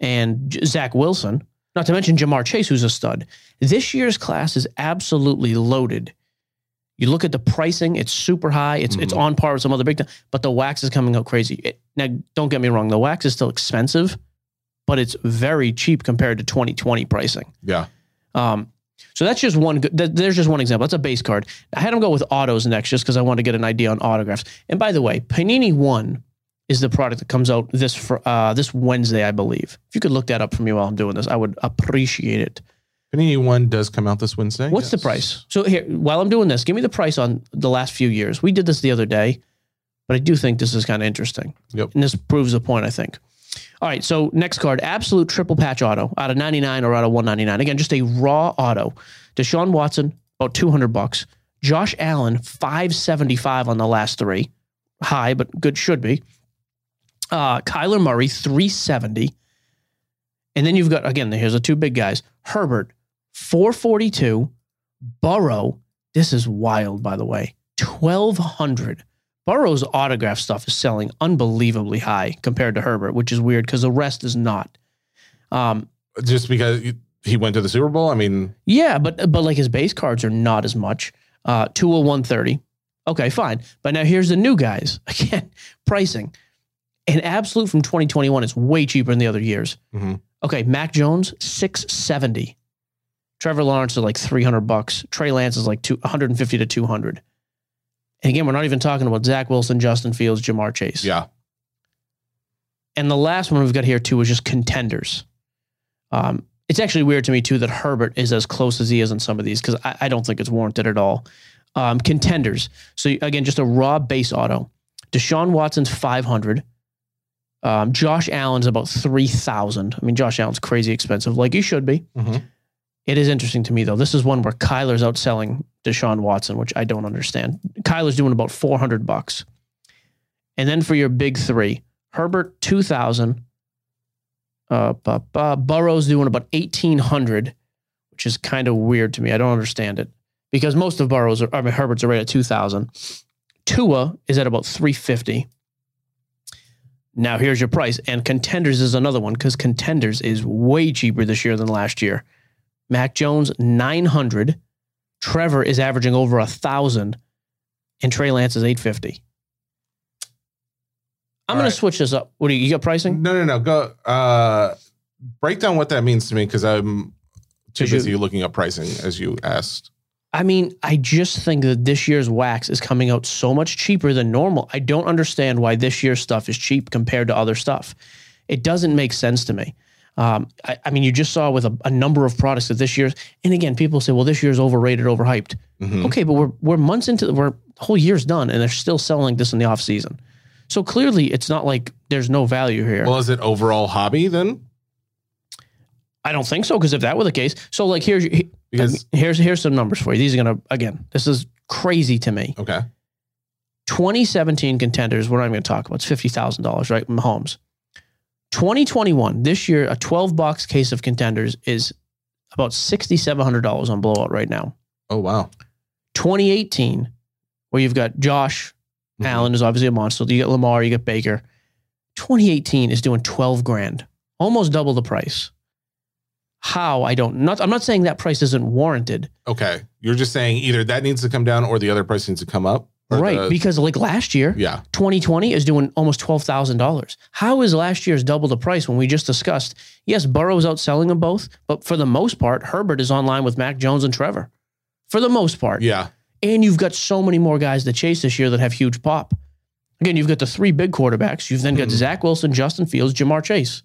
[SPEAKER 2] and J- Zach Wilson, not to mention Jamar Chase, who's a stud. This year's class is absolutely loaded. You look at the pricing; it's super high. It's it's
[SPEAKER 3] Mhm.
[SPEAKER 2] on par with some other big time, but the wax is coming out crazy. It, now, don't get me wrong; the wax is still expensive, but it's very cheap compared to 2020 pricing.
[SPEAKER 3] yeah,
[SPEAKER 2] Um, so that's just one. good- That, there's just one example. That's a base card. I had him go with autos next, just because I wanted to get an idea on autographs. And by the way, Panini One is the product that comes out this fr- uh, this Wednesday, I believe. If you could look that up for me while I'm doing this, I would appreciate it.
[SPEAKER 3] Panini One does come out this Wednesday.
[SPEAKER 2] What's the
[SPEAKER 3] Yes.
[SPEAKER 2] price? So here, while I'm doing this, give me the price on the last few years. We did this the other day, but I do think this is kind of interesting.
[SPEAKER 3] Yep.
[SPEAKER 2] And this proves the point, I think. All right, so next card, absolute triple patch auto out of 99 or out of 199. Again, just a raw auto. Deshaun Watson, about 200 bucks. Josh Allen, 575 on the last three. High, but good should be. Uh, Kyler Murray, 370. And then you've got, again, here's the two big guys Herbert, 442. Burrow, this is wild, by the way, 1200. Burrow's autograph stuff is selling unbelievably high compared to Herbert, which is weird because the rest is not. Um,
[SPEAKER 3] Just because you- he went to the Super Bowl. I mean,
[SPEAKER 2] yeah, but but like his base cards are not as much. Uh, two hundred one thirty. Okay, fine. But now here's the new guys again. Pricing, an absolute from twenty twenty one is way cheaper than the other years.
[SPEAKER 3] Mhm.
[SPEAKER 2] Okay, Mac Jones six seventy. Trevor Lawrence is like three hundred bucks. Trey Lance is like two one hundred and fifty to two hundred. And again, we're not even talking about Zach Wilson, Justin Fields, Jamar Chase.
[SPEAKER 3] yeah,
[SPEAKER 2] And the last one we've got here too was just contenders. Um, it's actually weird to me too that Herbert is as close as he is on some of these because I, I don't think it's warranted at all. Um, contenders. So again, just a raw base auto. Deshaun Watson's five hundred. Um, Josh Allen's about three thousand. I mean, Josh Allen's crazy expensive, like he should be.
[SPEAKER 3] Mhm.
[SPEAKER 2] It is interesting to me though. This is one where Kyler's outselling Deshaun Watson, which I don't understand. Kyler's doing about four hundred bucks. And then for your big three, Herbert two thousand. Uh, bu- bu- Burrow's doing about eighteen hundred, which is kind of weird to me. I don't understand it because most of Burrow's, are, I mean Herbert's, are right at two thousand. Tua is at about three fifty. Now here's your price, and Contenders is another one because Contenders is way cheaper this year than last year. Mac Jones nine hundred, Trevor is averaging over a thousand, and Trey Lance is eight fifty. I'm
[SPEAKER 3] All
[SPEAKER 2] gonna
[SPEAKER 3] right.
[SPEAKER 2] switch this up. What do you, you got pricing?
[SPEAKER 3] no, no, no. Go uh, break down what that means to me because I'm too
[SPEAKER 2] Did you-
[SPEAKER 3] busy looking up pricing as you asked.
[SPEAKER 2] I mean, I just think that this year's wax is coming out so much cheaper than normal. I don't understand why this year's stuff is cheap compared to other stuff. It doesn't make sense to me. Um, I, I mean, you just saw with a, a number of products that this year's, and again, people say, well, this year's overrated, overhyped.
[SPEAKER 3] Mhm.
[SPEAKER 2] Okay, but we're we're months into the, we're the whole year's done, and they're still selling this in the off season. So clearly, it's not like there's no value here.
[SPEAKER 3] Well, is it overall hobby then?
[SPEAKER 2] I don't think so because if that were the case, so like here's he-
[SPEAKER 3] Because-
[SPEAKER 2] here's here's some numbers for you. These are gonna again, this is crazy to me.
[SPEAKER 3] Okay,
[SPEAKER 2] 2017 contenders, we're not even going to talk about. It's fifty thousand dollars, right? Mahomes. 2021, this year, a 12 box case of contenders is about $6,700 on blowout right now.
[SPEAKER 3] oh wow,
[SPEAKER 2] 2018, where you've got Josh
[SPEAKER 3] Mhm.
[SPEAKER 2] Allen is obviously a monster. You get Lamar, you get Baker. 2018 is doing 12 grand, almost double the price. How I don't not I'm not saying that price isn't warranted,
[SPEAKER 3] Okay. You're just saying either that needs to come down or the other price needs to come up. or
[SPEAKER 2] right?
[SPEAKER 3] the-
[SPEAKER 2] because like last year,
[SPEAKER 3] yeah.
[SPEAKER 2] 2020 is doing almost $12,000. How is last year's double the price when we just discussed? Yes, Burrow's outselling them both, but for the most part, Herbert is online with Mac Jones and Trevor. For the most part.
[SPEAKER 3] Yeah.
[SPEAKER 2] And you've got so many more guys to chase this year that have huge pop. Again, you've got the three big quarterbacks. You've then got
[SPEAKER 3] Mhm.
[SPEAKER 2] Zach Wilson, Justin Fields, Jamar Chase.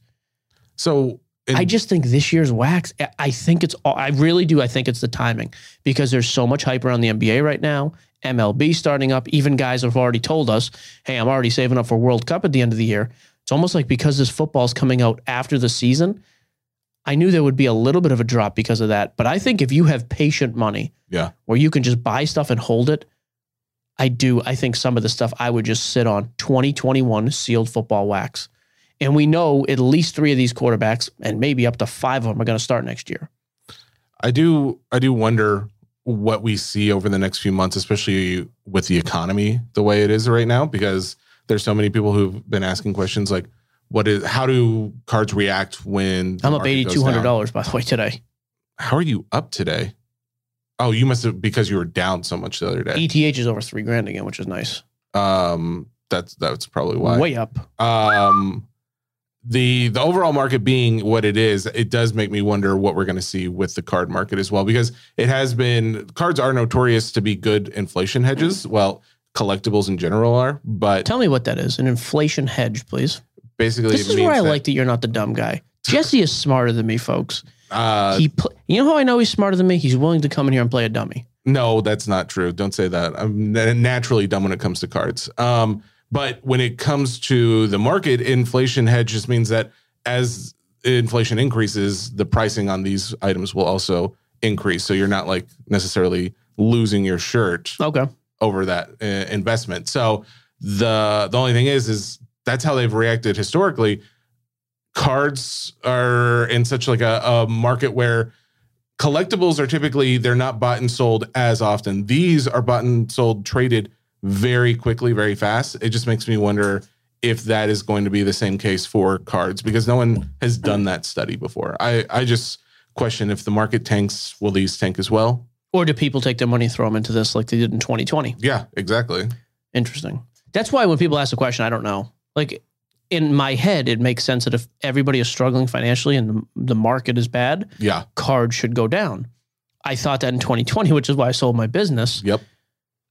[SPEAKER 3] So in-
[SPEAKER 2] I just think this year's wax. I- I think it's. all I really do. I think it's the timing because there's so much hype around the NBA right now. MLB starting up. Even guys have already told us, "Hey, I'm already saving up for World Cup at the end of the year." It's almost like because this football's coming out after the season. I knew there would be a little bit of a drop because of that, but I think if you have patient money,
[SPEAKER 3] Yeah.
[SPEAKER 2] where you can just buy stuff and hold it, I do. I think some of the stuff I would just sit on 2021 sealed football wax. And we know at least three of these quarterbacks and maybe up to five of them are going to start next year.
[SPEAKER 3] I do I do wonder what we see over the next few months, especially with the economy the way it is right now, because there's so many people who've been asking questions like, what is how do cards react when the
[SPEAKER 2] I'm up
[SPEAKER 3] market goes down?
[SPEAKER 2] $8,200, by the way, today.
[SPEAKER 3] How are you up today? Oh, you must have because you were down so much the other day.
[SPEAKER 2] ETH E is over three grand again, which is nice.
[SPEAKER 3] Um, that's that's probably why.
[SPEAKER 2] Way up.
[SPEAKER 3] um the the overall market being what it is it does make me wonder what we're going to see with the card market as well because it has been cards are notorious to be good inflation hedges well collectibles in general are but
[SPEAKER 2] Tell me what that is. An inflation hedge, please.
[SPEAKER 3] basically
[SPEAKER 2] This
[SPEAKER 3] it
[SPEAKER 2] is
[SPEAKER 3] means
[SPEAKER 2] where I
[SPEAKER 3] that,
[SPEAKER 2] like that you're not the dumb guy. Jesse is smarter than me, folks.
[SPEAKER 3] uh
[SPEAKER 2] he, pl- you know how I know he's smarter than me? He's willing to come in here and play a dummy.
[SPEAKER 3] No, that's not true. Don't say that. I'm na- naturally dumb when it comes to cards. Um, but when it comes to the market, inflation hedge just means that as inflation increases, the pricing on these items will also increase. So you're not like necessarily losing your shirt
[SPEAKER 2] Okay.
[SPEAKER 3] over that uh, investment. So the the only thing is is that's how they've reacted historically. Cards are in such like a, a market where collectibles are typically they're not bought and sold as often. These are bought and sold traded very quickly, very fast. It just makes me wonder if that is going to be the same case for cards because no one has done that study before. I I just question if the market tanks, will these tank as well?
[SPEAKER 2] Or do people take their money and throw them into this like they did in 2020?
[SPEAKER 3] Yeah, exactly.
[SPEAKER 2] Interesting. That's why when people ask the question, I don't know. Like in my head, it makes sense that if everybody is struggling financially and the, the market is bad,
[SPEAKER 3] Yeah.
[SPEAKER 2] cards should go down. I thought that in 2020, which is why I sold my business.
[SPEAKER 3] Yep.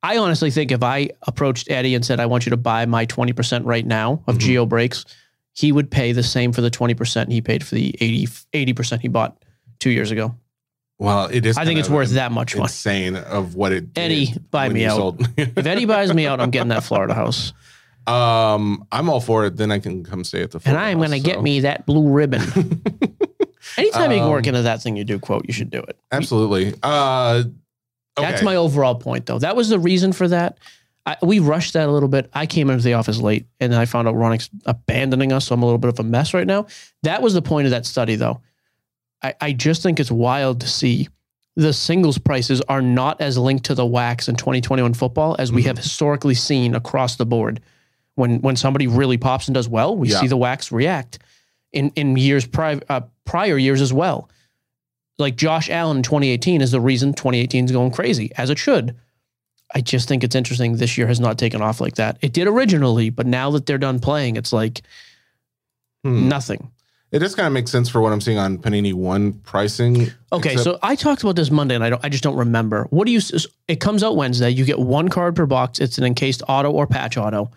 [SPEAKER 2] I honestly think if I approached Eddie and said, I want you to buy my 20% right now of
[SPEAKER 3] Mhm.
[SPEAKER 2] Geo Breaks, he would pay the same for the 20% he paid for the 80, 80% he bought two years ago.
[SPEAKER 3] Well, it is.
[SPEAKER 2] I think
[SPEAKER 3] kind
[SPEAKER 2] it's
[SPEAKER 3] of
[SPEAKER 2] worth that much money.
[SPEAKER 3] Insane of what it.
[SPEAKER 2] Eddie,
[SPEAKER 3] did
[SPEAKER 2] buy
[SPEAKER 3] when
[SPEAKER 2] me
[SPEAKER 3] you
[SPEAKER 2] out.
[SPEAKER 3] sold.
[SPEAKER 2] If Eddie buys me out, I'm getting that Florida house.
[SPEAKER 3] um, I'm all for it. Then I can come stay at the.
[SPEAKER 2] and
[SPEAKER 3] Florida
[SPEAKER 2] I'm
[SPEAKER 3] house,
[SPEAKER 2] going to get
[SPEAKER 3] so.
[SPEAKER 2] me that blue ribbon. Anytime you can work
[SPEAKER 3] Um,
[SPEAKER 2] into that thing you do quote, you should do it.
[SPEAKER 3] Absolutely. Uh, okay.
[SPEAKER 2] That's my overall point, though. That was the reason for that. I, we rushed that a little bit. I came into the office late, and then I found out Ronix abandoning us, so I'm a little bit of a mess right now. That was the point of that study, though. I, I just think it's wild to see the singles prices are not as linked to the wax in 2021 football as
[SPEAKER 3] Mm-hmm.
[SPEAKER 2] we have historically seen across the board. When when somebody really pops and does well, we
[SPEAKER 3] Yeah.
[SPEAKER 2] see the wax react in in years prior uh, prior years as well. Like Josh Allen in 2018 is the reason 2018 is going crazy as it should. I just think it's interesting this year has not taken off like that. It did originally, but now that they're done playing, it's like
[SPEAKER 3] Hmm.
[SPEAKER 2] nothing.
[SPEAKER 3] It just kind of makes sense for what I'm seeing on Panini One pricing.
[SPEAKER 2] Okay,
[SPEAKER 3] except-
[SPEAKER 2] so I talked about this Monday, and I don't. I just don't remember. What do you? s- It comes out Wednesday. You get one card per box. It's an encased auto or patch auto.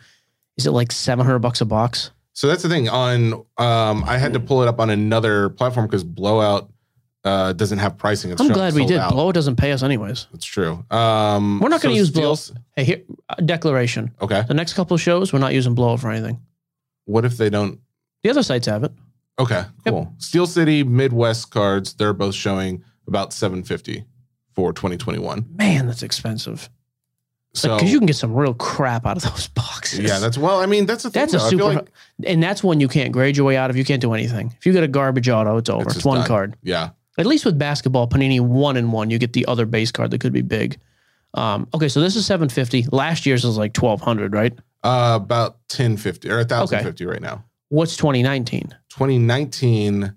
[SPEAKER 2] Is it like seven hundred bucks a box?
[SPEAKER 3] So that's the thing. On um, I had to pull it up on another platform because Blowout uh doesn't have pricing. It's
[SPEAKER 2] I'm
[SPEAKER 3] showing
[SPEAKER 2] glad we
[SPEAKER 3] sold
[SPEAKER 2] did.
[SPEAKER 3] out.
[SPEAKER 2] Blow doesn't pay us anyways.
[SPEAKER 3] It's true. Um,
[SPEAKER 2] We're not gonna use Blow.
[SPEAKER 3] Steel's-
[SPEAKER 2] Hey, here uh, declaration.
[SPEAKER 3] Okay.
[SPEAKER 2] The next couple of shows, we're not using blow for anything.
[SPEAKER 3] What if they don't
[SPEAKER 2] The other sites have it.
[SPEAKER 3] Okay,
[SPEAKER 2] Yep.
[SPEAKER 3] cool. Steel City Midwest cards, they're both showing about 750 for 2021.
[SPEAKER 2] Man, that's expensive.
[SPEAKER 3] So
[SPEAKER 2] Because you can get some real crap out of those boxes.
[SPEAKER 3] yeah, that's well, I mean, that's the thing.
[SPEAKER 2] That's a
[SPEAKER 3] though. I feel
[SPEAKER 2] super,
[SPEAKER 3] like-
[SPEAKER 2] and that's one you can't grade your way out of. You can't do anything. If you get a garbage auto, it's over.
[SPEAKER 3] It's
[SPEAKER 2] It's,
[SPEAKER 3] just
[SPEAKER 2] one
[SPEAKER 3] done.
[SPEAKER 2] card.
[SPEAKER 3] yeah.
[SPEAKER 2] At least with basketball, Panini one and one, you get the other base card that could be big. Um, okay, so this is seven fifty. Last year's was like twelve hundred, right?
[SPEAKER 3] Uh, about 1050 or 1050 right now.
[SPEAKER 2] What's twenty nineteen?
[SPEAKER 3] 2019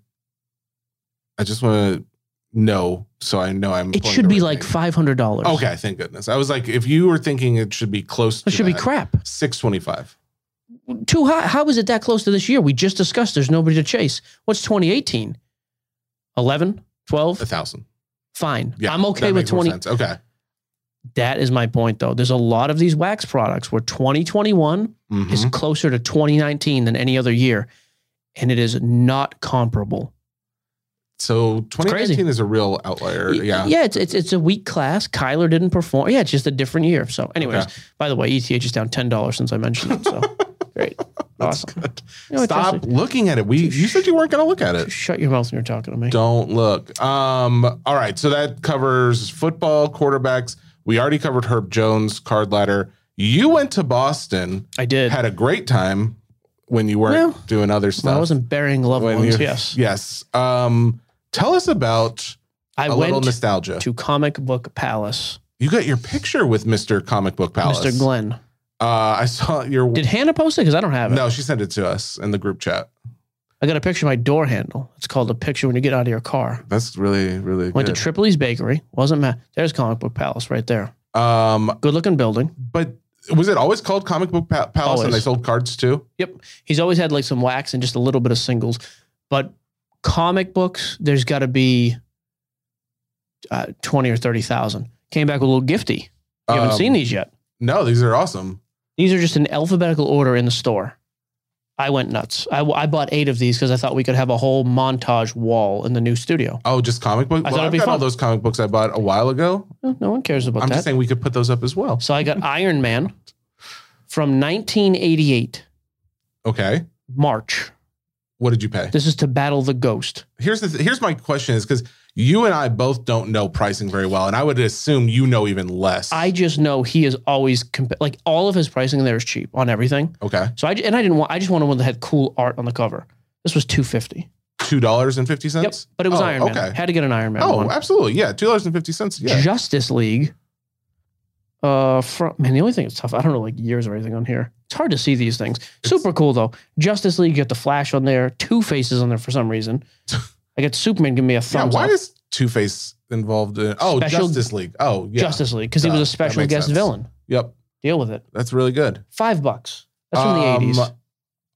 [SPEAKER 3] I just want to know so I know I'm.
[SPEAKER 2] It
[SPEAKER 3] pulling
[SPEAKER 2] should
[SPEAKER 3] the
[SPEAKER 2] be
[SPEAKER 3] right
[SPEAKER 2] like
[SPEAKER 3] thing.
[SPEAKER 2] five hundred dollars.
[SPEAKER 3] Okay, thank goodness. I was like, if you were thinking it should be close,
[SPEAKER 2] it should be
[SPEAKER 3] that,
[SPEAKER 2] crap.
[SPEAKER 3] Six twenty-five.
[SPEAKER 2] Too high. How is it that close to this year? We just discussed. There's nobody to chase. What's 2018? 11, 12?
[SPEAKER 3] A thousand.
[SPEAKER 2] Fine.
[SPEAKER 3] Yeah,
[SPEAKER 2] I'm okay
[SPEAKER 3] that
[SPEAKER 2] with
[SPEAKER 3] makes more
[SPEAKER 2] 20.
[SPEAKER 3] sense. Okay.
[SPEAKER 2] That is my point, though. There's a lot of these wax products where 2021
[SPEAKER 3] Mhm.
[SPEAKER 2] is closer to 2019 than any other year, and it is not comparable.
[SPEAKER 3] So
[SPEAKER 2] crazy.
[SPEAKER 3] 2019 is a real outlier.
[SPEAKER 2] Y-
[SPEAKER 3] Yeah.
[SPEAKER 2] yeah. It's, it's it's a weak class. Kyler didn't perform. Yeah, it's just a different year. So, anyways,
[SPEAKER 3] Okay.
[SPEAKER 2] by the way, E ETH is down ten dollars since I mentioned it. So, great, awesome.
[SPEAKER 3] Good.
[SPEAKER 2] You know what,
[SPEAKER 3] Stop
[SPEAKER 2] Justin?
[SPEAKER 3] looking at it. We you said you weren't going to look at it.
[SPEAKER 2] Shut your mouth when you're talking to me.
[SPEAKER 3] Don't look. Um. All right. So that covers football quarterbacks. We already covered Herb Jones card ladder. You went to Boston,
[SPEAKER 2] I did.
[SPEAKER 3] had a great time when you weren't
[SPEAKER 2] Well,
[SPEAKER 3] doing other stuff.
[SPEAKER 2] Well, I wasn't burying loved
[SPEAKER 3] When
[SPEAKER 2] ones.
[SPEAKER 3] you-
[SPEAKER 2] Yes,
[SPEAKER 3] Yes. Um. Tell us about
[SPEAKER 2] I
[SPEAKER 3] a little
[SPEAKER 2] went
[SPEAKER 3] nostalgia.
[SPEAKER 2] to Comic Book Palace,
[SPEAKER 3] you got your picture with Mr. Comic Book Palace.
[SPEAKER 2] Mr. Glenn.
[SPEAKER 3] Uh, I saw your.
[SPEAKER 2] Did Hannah post it? Because I don't have it.
[SPEAKER 3] no, she sent it to us in the group chat.
[SPEAKER 2] I got a picture of my door handle. It's called a picture when you get out of your car.
[SPEAKER 3] That's really, really
[SPEAKER 2] Went
[SPEAKER 3] good.
[SPEAKER 2] to Tripoli's Bakery. Wasn't mad. There's Comic Book Palace right there.
[SPEAKER 3] um,
[SPEAKER 2] Good looking building.
[SPEAKER 3] but was it always called Comic Book pa- Palace and they
[SPEAKER 2] Always.
[SPEAKER 3] sold cards too?
[SPEAKER 2] He's always had like some wax and just a little bit of singles, but comic books. There's got to be uh, twenty or thirty thousand. Came back with a little gifty. You haven't
[SPEAKER 3] Um,
[SPEAKER 2] seen these yet.
[SPEAKER 3] No, these are awesome.
[SPEAKER 2] These are just in alphabetical order in the store. I went nuts. I, I bought eight of these because I thought we could have a whole montage wall in the new studio.
[SPEAKER 3] Oh, just comic book.
[SPEAKER 2] I
[SPEAKER 3] well,
[SPEAKER 2] thought it'd
[SPEAKER 3] I've
[SPEAKER 2] be
[SPEAKER 3] got all
[SPEAKER 2] fun.
[SPEAKER 3] those comic books I bought a while ago.
[SPEAKER 2] Well, No one cares about
[SPEAKER 3] I'm
[SPEAKER 2] that.
[SPEAKER 3] just saying we could put those up as well.
[SPEAKER 2] So I got Iron Man from 1988,
[SPEAKER 3] Okay.
[SPEAKER 2] March.
[SPEAKER 3] What did you pay?
[SPEAKER 2] This is to battle the ghost.
[SPEAKER 3] Here's the th- here's my question is because you and I both don't know pricing very well, and I would assume you know even less.
[SPEAKER 2] I just know he is always comp- like all of his pricing there is cheap on everything.
[SPEAKER 3] okay,
[SPEAKER 2] So I j- and I didn't want I just wanted one that had cool art on the cover. This was 250.
[SPEAKER 3] two dollars and fifty
[SPEAKER 2] Yep,
[SPEAKER 3] cents.
[SPEAKER 2] but it was
[SPEAKER 3] Oh,
[SPEAKER 2] Iron Man.
[SPEAKER 3] okay.
[SPEAKER 2] Had to get an Iron Man
[SPEAKER 3] Oh,
[SPEAKER 2] one.
[SPEAKER 3] absolutely. Yeah, two dollars and fifty cents. Yeah.
[SPEAKER 2] Justice League. Uh, from man, the only thing that's tough. I don't know like years or anything on here. It's hard to see these things. Super cool though. Justice League. You got the Flash on there. Two Faces on there for some reason. I got Superman. Give me a
[SPEAKER 3] Yeah,
[SPEAKER 2] thumbs
[SPEAKER 3] why
[SPEAKER 2] up.
[SPEAKER 3] is Two Face involved in? Oh,
[SPEAKER 2] Special-
[SPEAKER 3] Justice League. Oh, yeah.
[SPEAKER 2] Justice League because he was
[SPEAKER 3] Duh,
[SPEAKER 2] a
[SPEAKER 3] that
[SPEAKER 2] special
[SPEAKER 3] makes
[SPEAKER 2] guest
[SPEAKER 3] sense.
[SPEAKER 2] villain.
[SPEAKER 3] Yep,
[SPEAKER 2] Deal with it.
[SPEAKER 3] that's really good.
[SPEAKER 2] Five bucks. That's from
[SPEAKER 3] Um,
[SPEAKER 2] the 80s.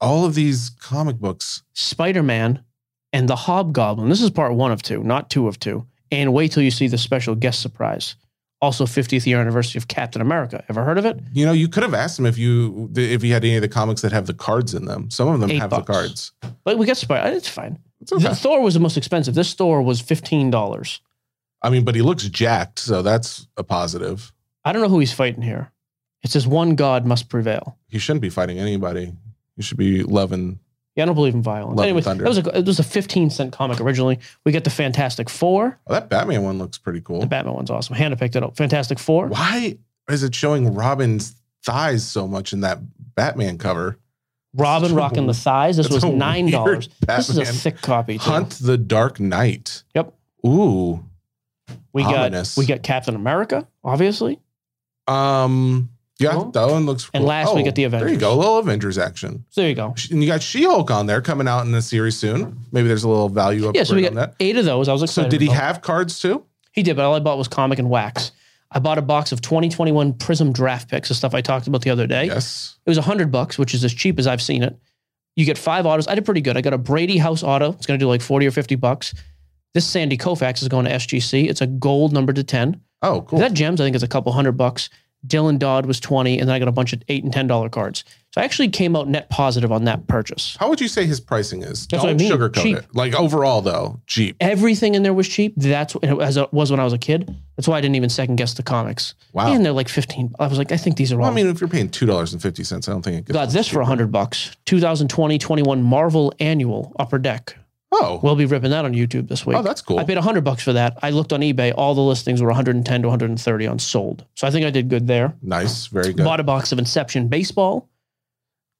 [SPEAKER 3] All of these comic books.
[SPEAKER 2] Spider Man and the Hobgoblin. This is part one of two, not two of two. And wait till you see the special guest surprise. Also, 50th year anniversary of Captain America. Ever heard of it?
[SPEAKER 3] You know, you could have asked him if you if he had any of the comics that have the cards in them. Some of them
[SPEAKER 2] Eight
[SPEAKER 3] have
[SPEAKER 2] bucks.
[SPEAKER 3] the cards.
[SPEAKER 2] But we got Spider. It's fine.
[SPEAKER 3] It's okay.
[SPEAKER 2] The Thor was the most expensive. This Thor was fifteen dollars.
[SPEAKER 3] I mean, but he looks jacked, so that's a positive.
[SPEAKER 2] I don't know who he's fighting here. It says one God must prevail.
[SPEAKER 3] He shouldn't be fighting anybody. He should be loving.
[SPEAKER 2] Yeah, I don't believe in violence.
[SPEAKER 3] Love and
[SPEAKER 2] Anyways, that
[SPEAKER 3] Thunder.
[SPEAKER 2] was a it was a fifteen cent comic originally. We got the Fantastic Four.
[SPEAKER 3] Oh, that Batman one looks pretty cool.
[SPEAKER 2] The Batman one's awesome. Hannah picked it up. Fantastic Four.
[SPEAKER 3] Why is it showing Robin's thighs so much in that Batman cover?
[SPEAKER 2] Robin
[SPEAKER 3] That's a-
[SPEAKER 2] rocking the thighs. This
[SPEAKER 3] that's
[SPEAKER 2] was
[SPEAKER 3] a weird
[SPEAKER 2] nine dollars. This is a
[SPEAKER 3] Batman.
[SPEAKER 2] thick copy. Too.
[SPEAKER 3] Hunt the Dark Knight.
[SPEAKER 2] Yep.
[SPEAKER 3] Ooh.
[SPEAKER 2] we got
[SPEAKER 3] ominous.
[SPEAKER 2] we got Captain America, obviously.
[SPEAKER 3] Um. Yeah,
[SPEAKER 2] Cool.
[SPEAKER 3] that one looks. Oh,
[SPEAKER 2] And last we got the
[SPEAKER 3] There you
[SPEAKER 2] Avengers.
[SPEAKER 3] go, a little Avengers action,
[SPEAKER 2] So there you go.
[SPEAKER 3] Sh- and you got She Hulk on there coming out in the series soon. Maybe there's a little value upgrade
[SPEAKER 2] Yeah, so we
[SPEAKER 3] on that.
[SPEAKER 2] got eight of those. I was
[SPEAKER 3] So
[SPEAKER 2] excited.
[SPEAKER 3] did he
[SPEAKER 2] about.
[SPEAKER 3] have cards too?
[SPEAKER 2] He did, but all I bought was comic and wax. I bought a box of 2021 Prism draft picks, the stuff I talked about the other day.
[SPEAKER 3] Yes.
[SPEAKER 2] It was 100 bucks, which is as cheap as I've seen it. You get five autos. I did pretty good. I got a Brady House auto. It's going to do like 40 or 50 bucks. This Sandy Koufax is going to SGC. It's a gold number to 10.
[SPEAKER 3] Oh, cool.
[SPEAKER 2] Is that gems? I think it's a couple hundred bucks. Dylan Dodd was 20, and then I got a bunch of eight and ten dollar cards. So I actually came out net positive on that purchase.
[SPEAKER 3] How would you say his pricing is?
[SPEAKER 2] That's what I
[SPEAKER 3] Don't
[SPEAKER 2] mean,
[SPEAKER 3] sugarcoat
[SPEAKER 2] cheap.
[SPEAKER 3] it. Like overall, though, cheap.
[SPEAKER 2] Everything in there was cheap. That's and it was- as it was when I was a kid. That's why I didn't even second guess the comics.
[SPEAKER 3] Wow.
[SPEAKER 2] And they're like 15. I was like, I think these are
[SPEAKER 3] Well,
[SPEAKER 2] wrong.
[SPEAKER 3] I mean, if you're paying two dollars and fifty cents, I don't think it gets.
[SPEAKER 2] got this for 100 bucks. 2020 21 Marvel Annual Upper Deck.
[SPEAKER 3] Oh,
[SPEAKER 2] We'll be ripping that on YouTube this week.
[SPEAKER 3] oh, that's cool.
[SPEAKER 2] I paid 100 bucks for that. I looked on eBay. All the listings were 110 to 130 on sold. So I think I did good there.
[SPEAKER 3] nice, very good.
[SPEAKER 2] Bought a box of Inception baseball,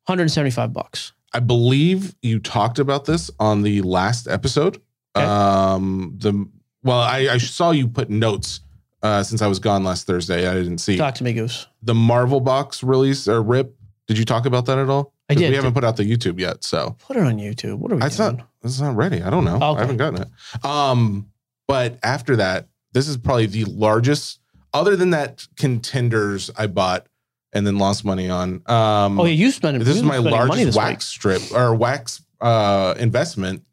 [SPEAKER 2] 175 bucks.
[SPEAKER 3] I believe you talked about this on the last episode.
[SPEAKER 2] Okay.
[SPEAKER 3] Um, the well, I, I saw you put notes uh, since I was gone last Thursday. I didn't see
[SPEAKER 2] Talk to me, Goose.
[SPEAKER 3] the Marvel box release or rip. Did you talk about that at all? 'Cause
[SPEAKER 2] I did.
[SPEAKER 3] We haven't put out the YouTube yet, so
[SPEAKER 2] Put it on YouTube. What are we
[SPEAKER 3] it's
[SPEAKER 2] doing?
[SPEAKER 3] not it's not ready. I don't know.
[SPEAKER 2] Okay.
[SPEAKER 3] I haven't gotten it. Um, but after that, this is probably the largest, other than that contenders I bought and then lost money on. Um,
[SPEAKER 2] oh, yeah, you spent
[SPEAKER 3] this is my
[SPEAKER 2] money
[SPEAKER 3] largest
[SPEAKER 2] this
[SPEAKER 3] wax strip or wax uh investment,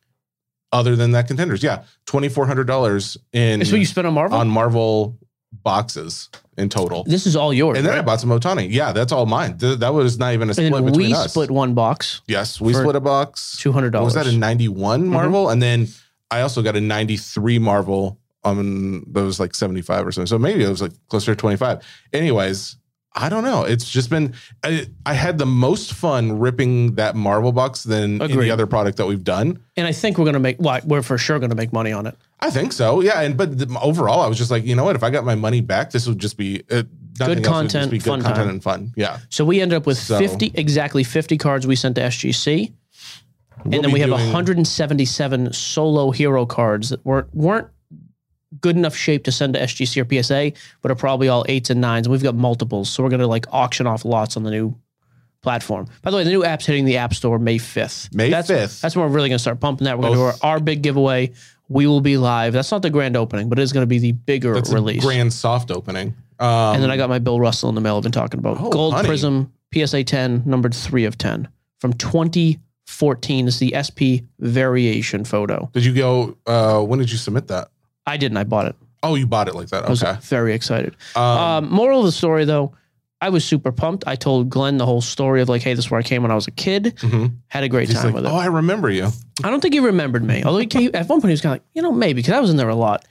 [SPEAKER 3] other than that contenders. Yeah, twenty four hundred dollars in
[SPEAKER 2] week. It's what you spent on Marvel.
[SPEAKER 3] on Marvel boxes in total.
[SPEAKER 2] this is all yours.
[SPEAKER 3] And then I
[SPEAKER 2] right?
[SPEAKER 3] bought some Otani. Yeah, that's all mine. Th- that was not even a split
[SPEAKER 2] and then
[SPEAKER 3] between
[SPEAKER 2] we
[SPEAKER 3] us.
[SPEAKER 2] split one box,
[SPEAKER 3] yes, we
[SPEAKER 2] for
[SPEAKER 3] split a box.
[SPEAKER 2] two hundred
[SPEAKER 3] What
[SPEAKER 2] dollars.
[SPEAKER 3] was that in 91
[SPEAKER 2] Mm-hmm.
[SPEAKER 3] Marvel? And then I also got a 93 Marvel um that was like 75 or something. So maybe it was like closer to 25. Anyways, I don't know. It's just been I, I had the most fun ripping that Marvel box than
[SPEAKER 2] Agreed.
[SPEAKER 3] any other product that we've done.
[SPEAKER 2] and I think we're gonna make. Well, we're for sure gonna make money on it.
[SPEAKER 3] I think so. Yeah, and but the, overall I was just like, you know what, if I got my money back, this would just be uh, nothing
[SPEAKER 2] Good
[SPEAKER 3] else would just
[SPEAKER 2] content,
[SPEAKER 3] be
[SPEAKER 2] fun
[SPEAKER 3] good content
[SPEAKER 2] time.
[SPEAKER 3] and fun. Yeah.
[SPEAKER 2] So we end up with
[SPEAKER 3] So-
[SPEAKER 2] fifty exactly fifty cards we sent to SGC, and then
[SPEAKER 3] be
[SPEAKER 2] we have
[SPEAKER 3] doing-
[SPEAKER 2] hundred and seventy seven solo hero cards that weren't weren't good enough shape to send to SGC or PSA, but are probably all eights and nines. We've got multiples, so we're gonna like auction off lots on the new platform. By the way, the new app's hitting the App Store May fifth.
[SPEAKER 3] May Oh.
[SPEAKER 2] that's,
[SPEAKER 3] 5th.
[SPEAKER 2] That's when we're really gonna start pumping that. We're gonna do our,
[SPEAKER 3] Both-
[SPEAKER 2] our big giveaway. We will be live. That's not the grand opening, but it is gonna be the bigger
[SPEAKER 3] That's
[SPEAKER 2] release.
[SPEAKER 3] a grand soft opening. Um,
[SPEAKER 2] And then I got my Bill Russell in the mail I've been talking about.
[SPEAKER 3] Oh,
[SPEAKER 2] Gold
[SPEAKER 3] honey.
[SPEAKER 2] Prism PSA 10, numbered three of 10 from 2014. Is the SP variation photo.
[SPEAKER 3] Did you go? Uh, when did you submit that?
[SPEAKER 2] I didn't. I bought it.
[SPEAKER 3] Oh, you bought it like that.
[SPEAKER 2] I was
[SPEAKER 3] Okay.
[SPEAKER 2] very excited.
[SPEAKER 3] Um,
[SPEAKER 2] Um, moral of the story, though, I was super pumped. I told Glenn the whole story of like, hey, this is where I came when I was a kid.
[SPEAKER 3] mhm.
[SPEAKER 2] Had a great
[SPEAKER 3] He's
[SPEAKER 2] time
[SPEAKER 3] like,
[SPEAKER 2] with it.
[SPEAKER 3] oh, I remember you.
[SPEAKER 2] I don't think he remembered me. Although he came, at one point he was kind of like, you know, maybe because I was in there a lot.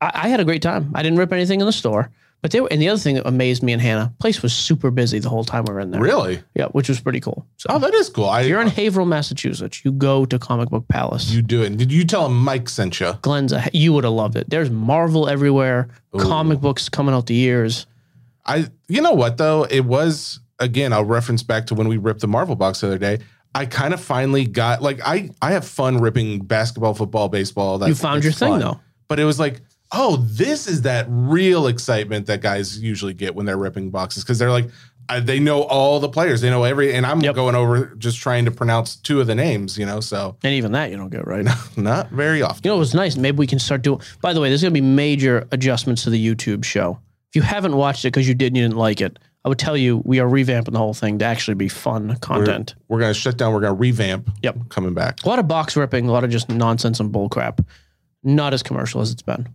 [SPEAKER 2] I, I had a great time. I didn't rip anything in the store. But they were, and the other thing that amazed me and Hannah, place was super busy the whole time we were in there.
[SPEAKER 3] Really?
[SPEAKER 2] Yeah, which was pretty cool. So
[SPEAKER 3] Oh, that is cool. I,
[SPEAKER 2] if you're in Haverhill, Massachusetts, you go to Comic Book Palace.
[SPEAKER 3] you do it. Did you tell him Mike sent you?
[SPEAKER 2] Glenn's, a, you would have loved it. There's Marvel everywhere,
[SPEAKER 3] Ooh.
[SPEAKER 2] comic books coming out the years.
[SPEAKER 3] I. You know what though? It was again. I'll reference back to when we ripped the Marvel box the other day. I kind of finally got like I. I have fun ripping basketball, football, baseball. That
[SPEAKER 2] you found your thing though.
[SPEAKER 3] but it was like. Oh, this is that real excitement that guys usually get when they're ripping boxes because they're like, I, they know all the players, they know every, and I'm
[SPEAKER 2] Yep.
[SPEAKER 3] going over just trying to pronounce two of the names, you know. So
[SPEAKER 2] And even that you don't get right.
[SPEAKER 3] not very often.
[SPEAKER 2] You know, it was nice. Maybe we can start doing. By the way, there's going to be major adjustments to the YouTube show. If you haven't watched it because you did and you didn't like it, I would tell you we are revamping the whole thing to actually be fun content.
[SPEAKER 3] We're gonna shut down. We're gonna revamp.
[SPEAKER 2] Yep.
[SPEAKER 3] coming back.
[SPEAKER 2] a lot of box ripping, a lot of just nonsense and bull crap. Not as commercial as it's been.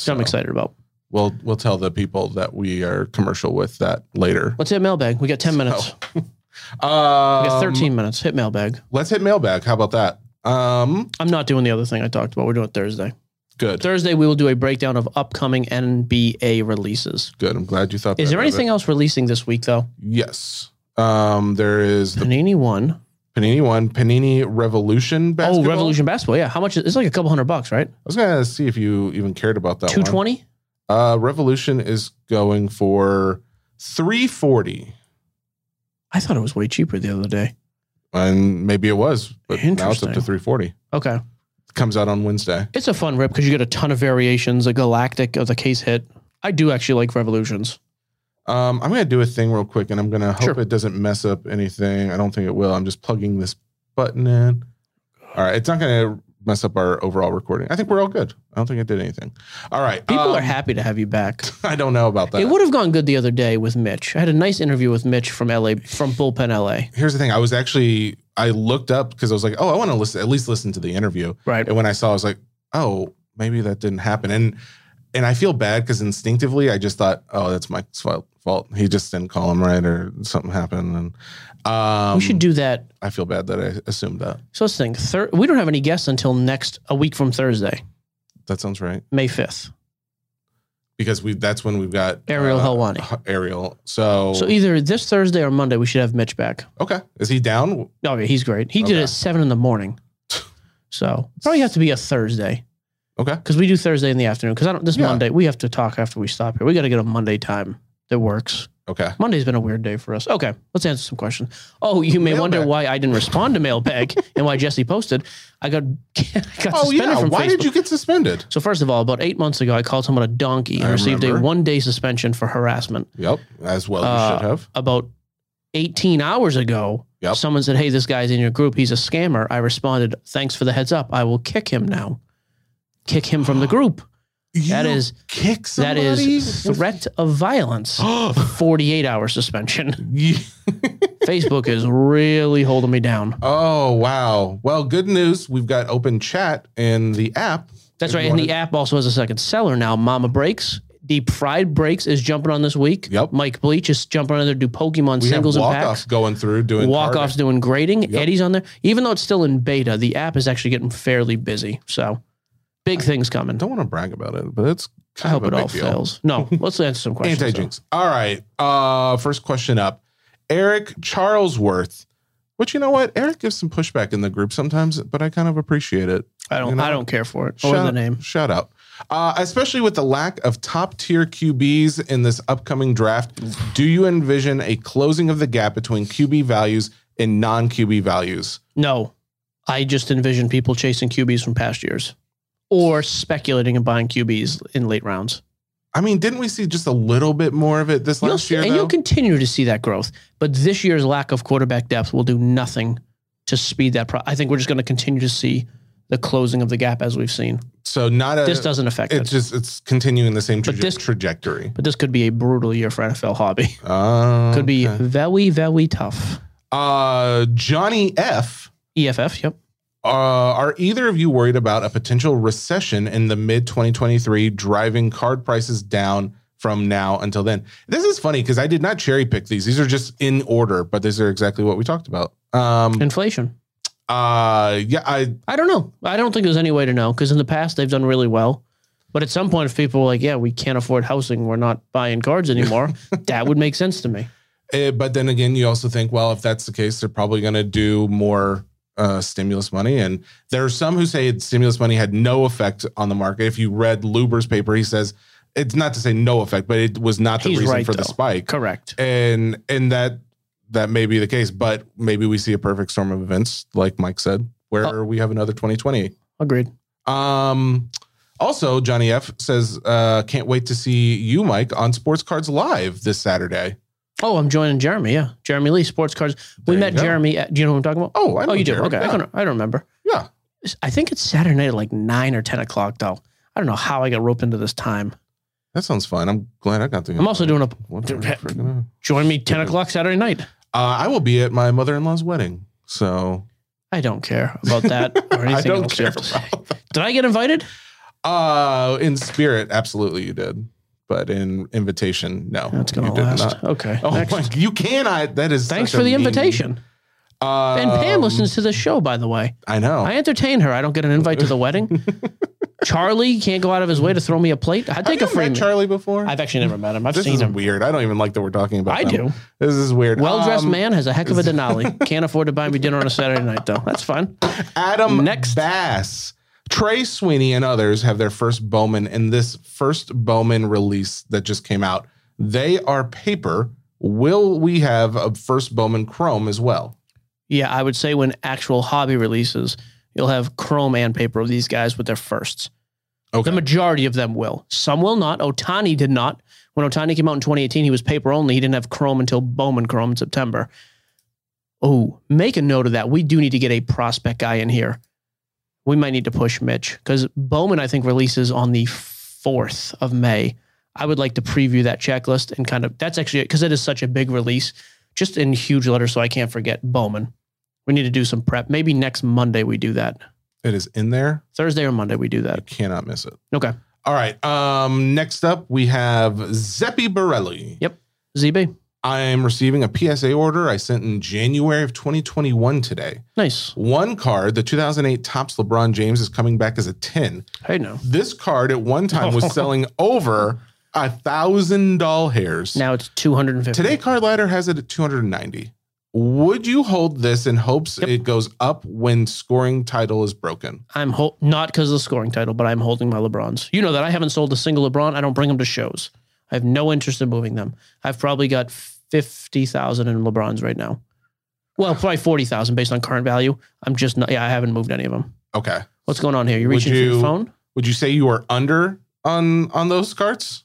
[SPEAKER 2] So I'm
[SPEAKER 3] So,
[SPEAKER 2] excited about.
[SPEAKER 3] We'll we'll tell the people that we are commercial with that later.
[SPEAKER 2] Let's hit mailbag. We got 10 minutes.
[SPEAKER 3] Um,
[SPEAKER 2] we got 13 minutes. Hit mailbag.
[SPEAKER 3] Let's hit mailbag. How about that? Um,
[SPEAKER 2] I'm not doing the other thing I talked about. We're doing it Thursday.
[SPEAKER 3] good,
[SPEAKER 2] Thursday, we will do a breakdown of upcoming NBA releases.
[SPEAKER 3] good. I'm glad you thought.
[SPEAKER 2] Is
[SPEAKER 3] that
[SPEAKER 2] there
[SPEAKER 3] of it.
[SPEAKER 2] anything else releasing this week, though?
[SPEAKER 3] Yes. Um, there is the
[SPEAKER 2] Panini one.
[SPEAKER 3] Panini one, Panini Revolution basketball.
[SPEAKER 2] Oh, Revolution Basketball. Yeah. How much? It's like a couple hundred bucks, right?
[SPEAKER 3] I was gonna see if you even cared about that. one.
[SPEAKER 2] 220?
[SPEAKER 3] Uh, Revolution is going for three forty,
[SPEAKER 2] I thought it was way cheaper the other day.
[SPEAKER 3] and maybe it was, but now it's up to
[SPEAKER 2] Interesting.
[SPEAKER 3] three forty.
[SPEAKER 2] Okay.
[SPEAKER 3] Comes out on Wednesday.
[SPEAKER 2] It's a fun rip because you get a ton of variations, a galactic of the case hit. I do actually like Revolutions.
[SPEAKER 3] Um, I'm gonna do a thing real quick, and I'm gonna hope
[SPEAKER 2] Sure.
[SPEAKER 3] it doesn't mess up anything. I don't think it will. I'm just plugging this button in. All right, it's not gonna mess up our overall recording. I think we're all good. I don't think it did anything. All right,
[SPEAKER 2] People are
[SPEAKER 3] um,
[SPEAKER 2] happy to have you back.
[SPEAKER 3] I don't know about that.
[SPEAKER 2] It would have gone good the other day with Mitch. I had a nice interview with Mitch from LA, from Bullpen LA.
[SPEAKER 3] Here's the thing. I was actually I looked up because I was like, oh, I want to listen at least listen to the interview.
[SPEAKER 2] Right.
[SPEAKER 3] And when I saw, I was like, oh, maybe that didn't happen. And and I feel bad because instinctively I just thought, oh, that's Mike's fault. Fault. He just didn't call him right, or something happened. And um,
[SPEAKER 2] we should do that.
[SPEAKER 3] I feel bad that I assumed that.
[SPEAKER 2] So let's think. Thir- we don't have any guests until next, a week from Thursday,
[SPEAKER 3] That sounds right.
[SPEAKER 2] May 5th.
[SPEAKER 3] Because we that's when we've got uh,
[SPEAKER 2] Ariel Helwani.
[SPEAKER 3] H- Ariel. So,
[SPEAKER 2] So either this Thursday or Monday, we should have Mitch back.
[SPEAKER 3] okay. Is he down?
[SPEAKER 2] Oh, yeah, he's great. He did it
[SPEAKER 3] Okay.
[SPEAKER 2] at seven in the morning. So probably have to be a Thursday
[SPEAKER 3] Okay.
[SPEAKER 2] because we do Thursday in the afternoon. Because I don't this
[SPEAKER 3] Yeah.
[SPEAKER 2] Monday we have to talk after we stop here. We got to get a Monday time that works.
[SPEAKER 3] Okay.
[SPEAKER 2] Monday's been a weird day for us. Okay, let's answer some questions. Oh, you may wonder
[SPEAKER 3] Mailbag.
[SPEAKER 2] why I didn't respond to mailbag and why Jesse posted. I got I got
[SPEAKER 3] Oh
[SPEAKER 2] suspended
[SPEAKER 3] yeah.
[SPEAKER 2] from
[SPEAKER 3] Why
[SPEAKER 2] Facebook.
[SPEAKER 3] did you get suspended?
[SPEAKER 2] so first of all, about eight months ago, I called someone a donkey and
[SPEAKER 3] I
[SPEAKER 2] received a
[SPEAKER 3] remember.
[SPEAKER 2] one day suspension for harassment.
[SPEAKER 3] Yep. As well you
[SPEAKER 2] Uh,
[SPEAKER 3] should have.
[SPEAKER 2] About 18 hours ago,
[SPEAKER 3] Yep.
[SPEAKER 2] someone said, Hey, this guy's in your group. He's a scammer. I responded, Thanks for the heads up. I will kick him now. Kick him from the group. That
[SPEAKER 3] You
[SPEAKER 2] is-
[SPEAKER 3] kick
[SPEAKER 2] That
[SPEAKER 3] somebody.
[SPEAKER 2] is threat of violence. 48 hour suspension.
[SPEAKER 3] Yeah.
[SPEAKER 2] Facebook is really holding me down.
[SPEAKER 3] oh wow. Well, good news. We've got open chat in the app.
[SPEAKER 2] That's
[SPEAKER 3] If
[SPEAKER 2] right.
[SPEAKER 3] you
[SPEAKER 2] And
[SPEAKER 3] wanted-
[SPEAKER 2] the app also has a second seller now. Mama Breaks, Deep Fried Breaks is jumping on this week.
[SPEAKER 3] Yep.
[SPEAKER 2] Mike Bleach is jumping on there to do Pokemon
[SPEAKER 3] We
[SPEAKER 2] singles
[SPEAKER 3] have
[SPEAKER 2] and
[SPEAKER 3] walk
[SPEAKER 2] packs.
[SPEAKER 3] offs going through doing
[SPEAKER 2] Walk offs
[SPEAKER 3] card-
[SPEAKER 2] doing grading.
[SPEAKER 3] Yep.
[SPEAKER 2] Eddie's on there. Even though it's still in beta, the app is actually getting fairly busy. So big things
[SPEAKER 3] I
[SPEAKER 2] coming.
[SPEAKER 3] don't want to brag about it, but it's
[SPEAKER 2] I
[SPEAKER 3] kind
[SPEAKER 2] hope
[SPEAKER 3] of
[SPEAKER 2] it
[SPEAKER 3] a big
[SPEAKER 2] all
[SPEAKER 3] deal.
[SPEAKER 2] fails. No, let's answer some questions.
[SPEAKER 3] Anti jinx. All right. Uh, first question up. Eric Charlesworth. Which you know what? Eric gives some pushback in the group sometimes, but I kind of appreciate it.
[SPEAKER 2] I don't
[SPEAKER 3] You know?
[SPEAKER 2] I don't care for it. Or the name.
[SPEAKER 3] Shout out. Uh, especially with the lack of top tier QBs in this upcoming draft, do you envision a closing of the gap between QB values and non QB values?
[SPEAKER 2] No. I just envision people chasing QBs from past years. Or speculating and buying QBs in late rounds.
[SPEAKER 3] I mean, didn't we see just a little bit more of it this
[SPEAKER 2] You'll
[SPEAKER 3] last
[SPEAKER 2] see,
[SPEAKER 3] year?
[SPEAKER 2] and you'll
[SPEAKER 3] though?
[SPEAKER 2] continue to see that growth. But this year's lack of quarterback depth will do nothing to speed that. Pro- I think we're just going to continue to see the closing of the gap as we've seen.
[SPEAKER 3] so not a.
[SPEAKER 2] this doesn't affect it.
[SPEAKER 3] Uh, it's just it's continuing the same
[SPEAKER 2] uh, But
[SPEAKER 3] traje-
[SPEAKER 2] this-
[SPEAKER 3] trajectory.
[SPEAKER 2] but this could be a brutal year for NFL hobby.
[SPEAKER 3] Uh,
[SPEAKER 2] Could be very, very tough.
[SPEAKER 3] Uh, Johnny F.
[SPEAKER 2] EFF, yep.
[SPEAKER 3] Uh, are either of you worried about a potential recession in the mid 2023 driving card prices down from now until then? This is funny because I did not cherry pick these. These are just in order, but these are exactly what we talked about. Um,
[SPEAKER 2] Inflation.
[SPEAKER 3] uh, yeah, I
[SPEAKER 2] I don't know. I don't think there's any way to know because in the past they've done really well. But at some point, if people were like, yeah, we can't afford housing, we're not buying cards anymore, that would make sense to me.
[SPEAKER 3] eh, but then again, you also think, well, if that's the case, they're probably going to do more uh, stimulus money. And there are some who say stimulus money had no effect on the market. If you read Luber's paper, he says it's not to say no effect, but it was not the
[SPEAKER 2] He's
[SPEAKER 3] reason
[SPEAKER 2] right,
[SPEAKER 3] for the
[SPEAKER 2] though.
[SPEAKER 3] spike.
[SPEAKER 2] Correct.
[SPEAKER 3] and and that that may be the case but maybe we see a perfect storm of events like mike said where
[SPEAKER 2] Oh.
[SPEAKER 3] we have another 2020
[SPEAKER 2] Agreed.
[SPEAKER 3] um also johnny f says uh can't wait to see you mike on sports cards live this saturday
[SPEAKER 2] Oh, I'm joining Jeremy. Yeah. Jeremy Lee, sports cards.
[SPEAKER 3] There
[SPEAKER 2] we
[SPEAKER 3] you
[SPEAKER 2] met
[SPEAKER 3] go.
[SPEAKER 2] Jeremy. At, do you know what I'm talking about?
[SPEAKER 3] oh I
[SPEAKER 2] oh, you do.
[SPEAKER 3] Jared.
[SPEAKER 2] Okay. I,
[SPEAKER 3] Yeah.
[SPEAKER 2] don't, I don't remember.
[SPEAKER 3] Yeah.
[SPEAKER 2] I think it's Saturday night at like nine or 10 o'clock, though. I don't know how I got roped into this time.
[SPEAKER 3] that sounds fun i'm glad i got to
[SPEAKER 2] I'm also doing a
[SPEAKER 3] What the frick?
[SPEAKER 2] join me 10 o'clock Saturday night.
[SPEAKER 3] uh, i will be at my mother-in-law's wedding so
[SPEAKER 2] I don't care about that or anything
[SPEAKER 3] i don't
[SPEAKER 2] else you
[SPEAKER 3] care
[SPEAKER 2] have to say.
[SPEAKER 3] about that.
[SPEAKER 2] Did I get invited?
[SPEAKER 3] uh in spirit absolutely you did but in invitation no
[SPEAKER 2] That's
[SPEAKER 3] you
[SPEAKER 2] gonna
[SPEAKER 3] did
[SPEAKER 2] last.
[SPEAKER 3] not.
[SPEAKER 2] Okay.
[SPEAKER 3] Oh
[SPEAKER 2] next.
[SPEAKER 3] my, you can. I that is.
[SPEAKER 2] Thanks
[SPEAKER 3] such
[SPEAKER 2] for
[SPEAKER 3] a
[SPEAKER 2] the
[SPEAKER 3] mean-
[SPEAKER 2] invitation.
[SPEAKER 3] Um, oh.
[SPEAKER 2] and Pam listens to the show, by the way.
[SPEAKER 3] I know.
[SPEAKER 2] I entertain her. I don't get an invite to the wedding. Charlie can't go out of his way to throw me a plate. I'd take
[SPEAKER 3] Have
[SPEAKER 2] a
[SPEAKER 3] you
[SPEAKER 2] free
[SPEAKER 3] met
[SPEAKER 2] meal.
[SPEAKER 3] Charlie before.
[SPEAKER 2] I've actually never met him. I've
[SPEAKER 3] this
[SPEAKER 2] seen
[SPEAKER 3] is
[SPEAKER 2] him.
[SPEAKER 3] weird. I don't even like that we're talking about.
[SPEAKER 2] I
[SPEAKER 3] them.
[SPEAKER 2] do.
[SPEAKER 3] This is weird.
[SPEAKER 2] Well dressed
[SPEAKER 3] Um,
[SPEAKER 2] man has a heck of a Denali. Can't afford to buy me dinner on a Saturday night, though. That's fine.
[SPEAKER 3] Adam
[SPEAKER 2] Next.
[SPEAKER 3] Bass, Trey Sweeney, and others have their first Bowman in this first Bowman release that just came out. They are paper. Will we have a first Bowman Chrome as well?
[SPEAKER 2] Yeah, I would say when actual hobby releases, you'll have chrome and paper of these guys with their firsts.
[SPEAKER 3] Okay.
[SPEAKER 2] The majority of them will. Some will not. Otani did not. When Otani came out in 2018, he was paper only. He didn't have Chrome until Bowman Chrome in September. Oh, make a note of that. We do need to get a prospect guy in here. We might need to push Mitch because Bowman, I think, releases on the 4th of May. I would like to preview that checklist and kind of that's actually because it is such a big release, just in huge letters, so I can't forget Bowman. We need to do some prep. Maybe next Monday we do that.
[SPEAKER 3] it is in there.
[SPEAKER 2] Thursday or Monday we do
[SPEAKER 3] You
[SPEAKER 2] that.
[SPEAKER 3] cannot miss it.
[SPEAKER 2] Okay.
[SPEAKER 3] All right. Um, next up, we have Zeppi Borelli.
[SPEAKER 2] ZB.
[SPEAKER 3] I am receiving a PSA order I sent in January of 2021 today.
[SPEAKER 2] Nice.
[SPEAKER 3] One card, the 2008 Tops LeBron James, is coming back as a 10.
[SPEAKER 2] I know.
[SPEAKER 3] This card at one time was selling over a thousand doll hairs.
[SPEAKER 2] Now it's 250.
[SPEAKER 3] Today, Card Ladder has it at 290. Would you hold this in hopes
[SPEAKER 2] Yep.
[SPEAKER 3] it goes up when scoring title is broken?
[SPEAKER 2] I'm hol- not because of the scoring title, but I'm holding my LeBrons. You know that I haven't sold a single LeBron. I don't bring them to shows. I have no interest in moving them. I've probably got 50,000 in LeBrons right now. Well, probably 40,000 based on current value. I'm just not, yeah, I haven't moved any of them.
[SPEAKER 3] Okay.
[SPEAKER 2] What's going on here? You're
[SPEAKER 3] Would
[SPEAKER 2] reaching for
[SPEAKER 3] you-
[SPEAKER 2] your phone?
[SPEAKER 3] Would you say you are under on on those cards?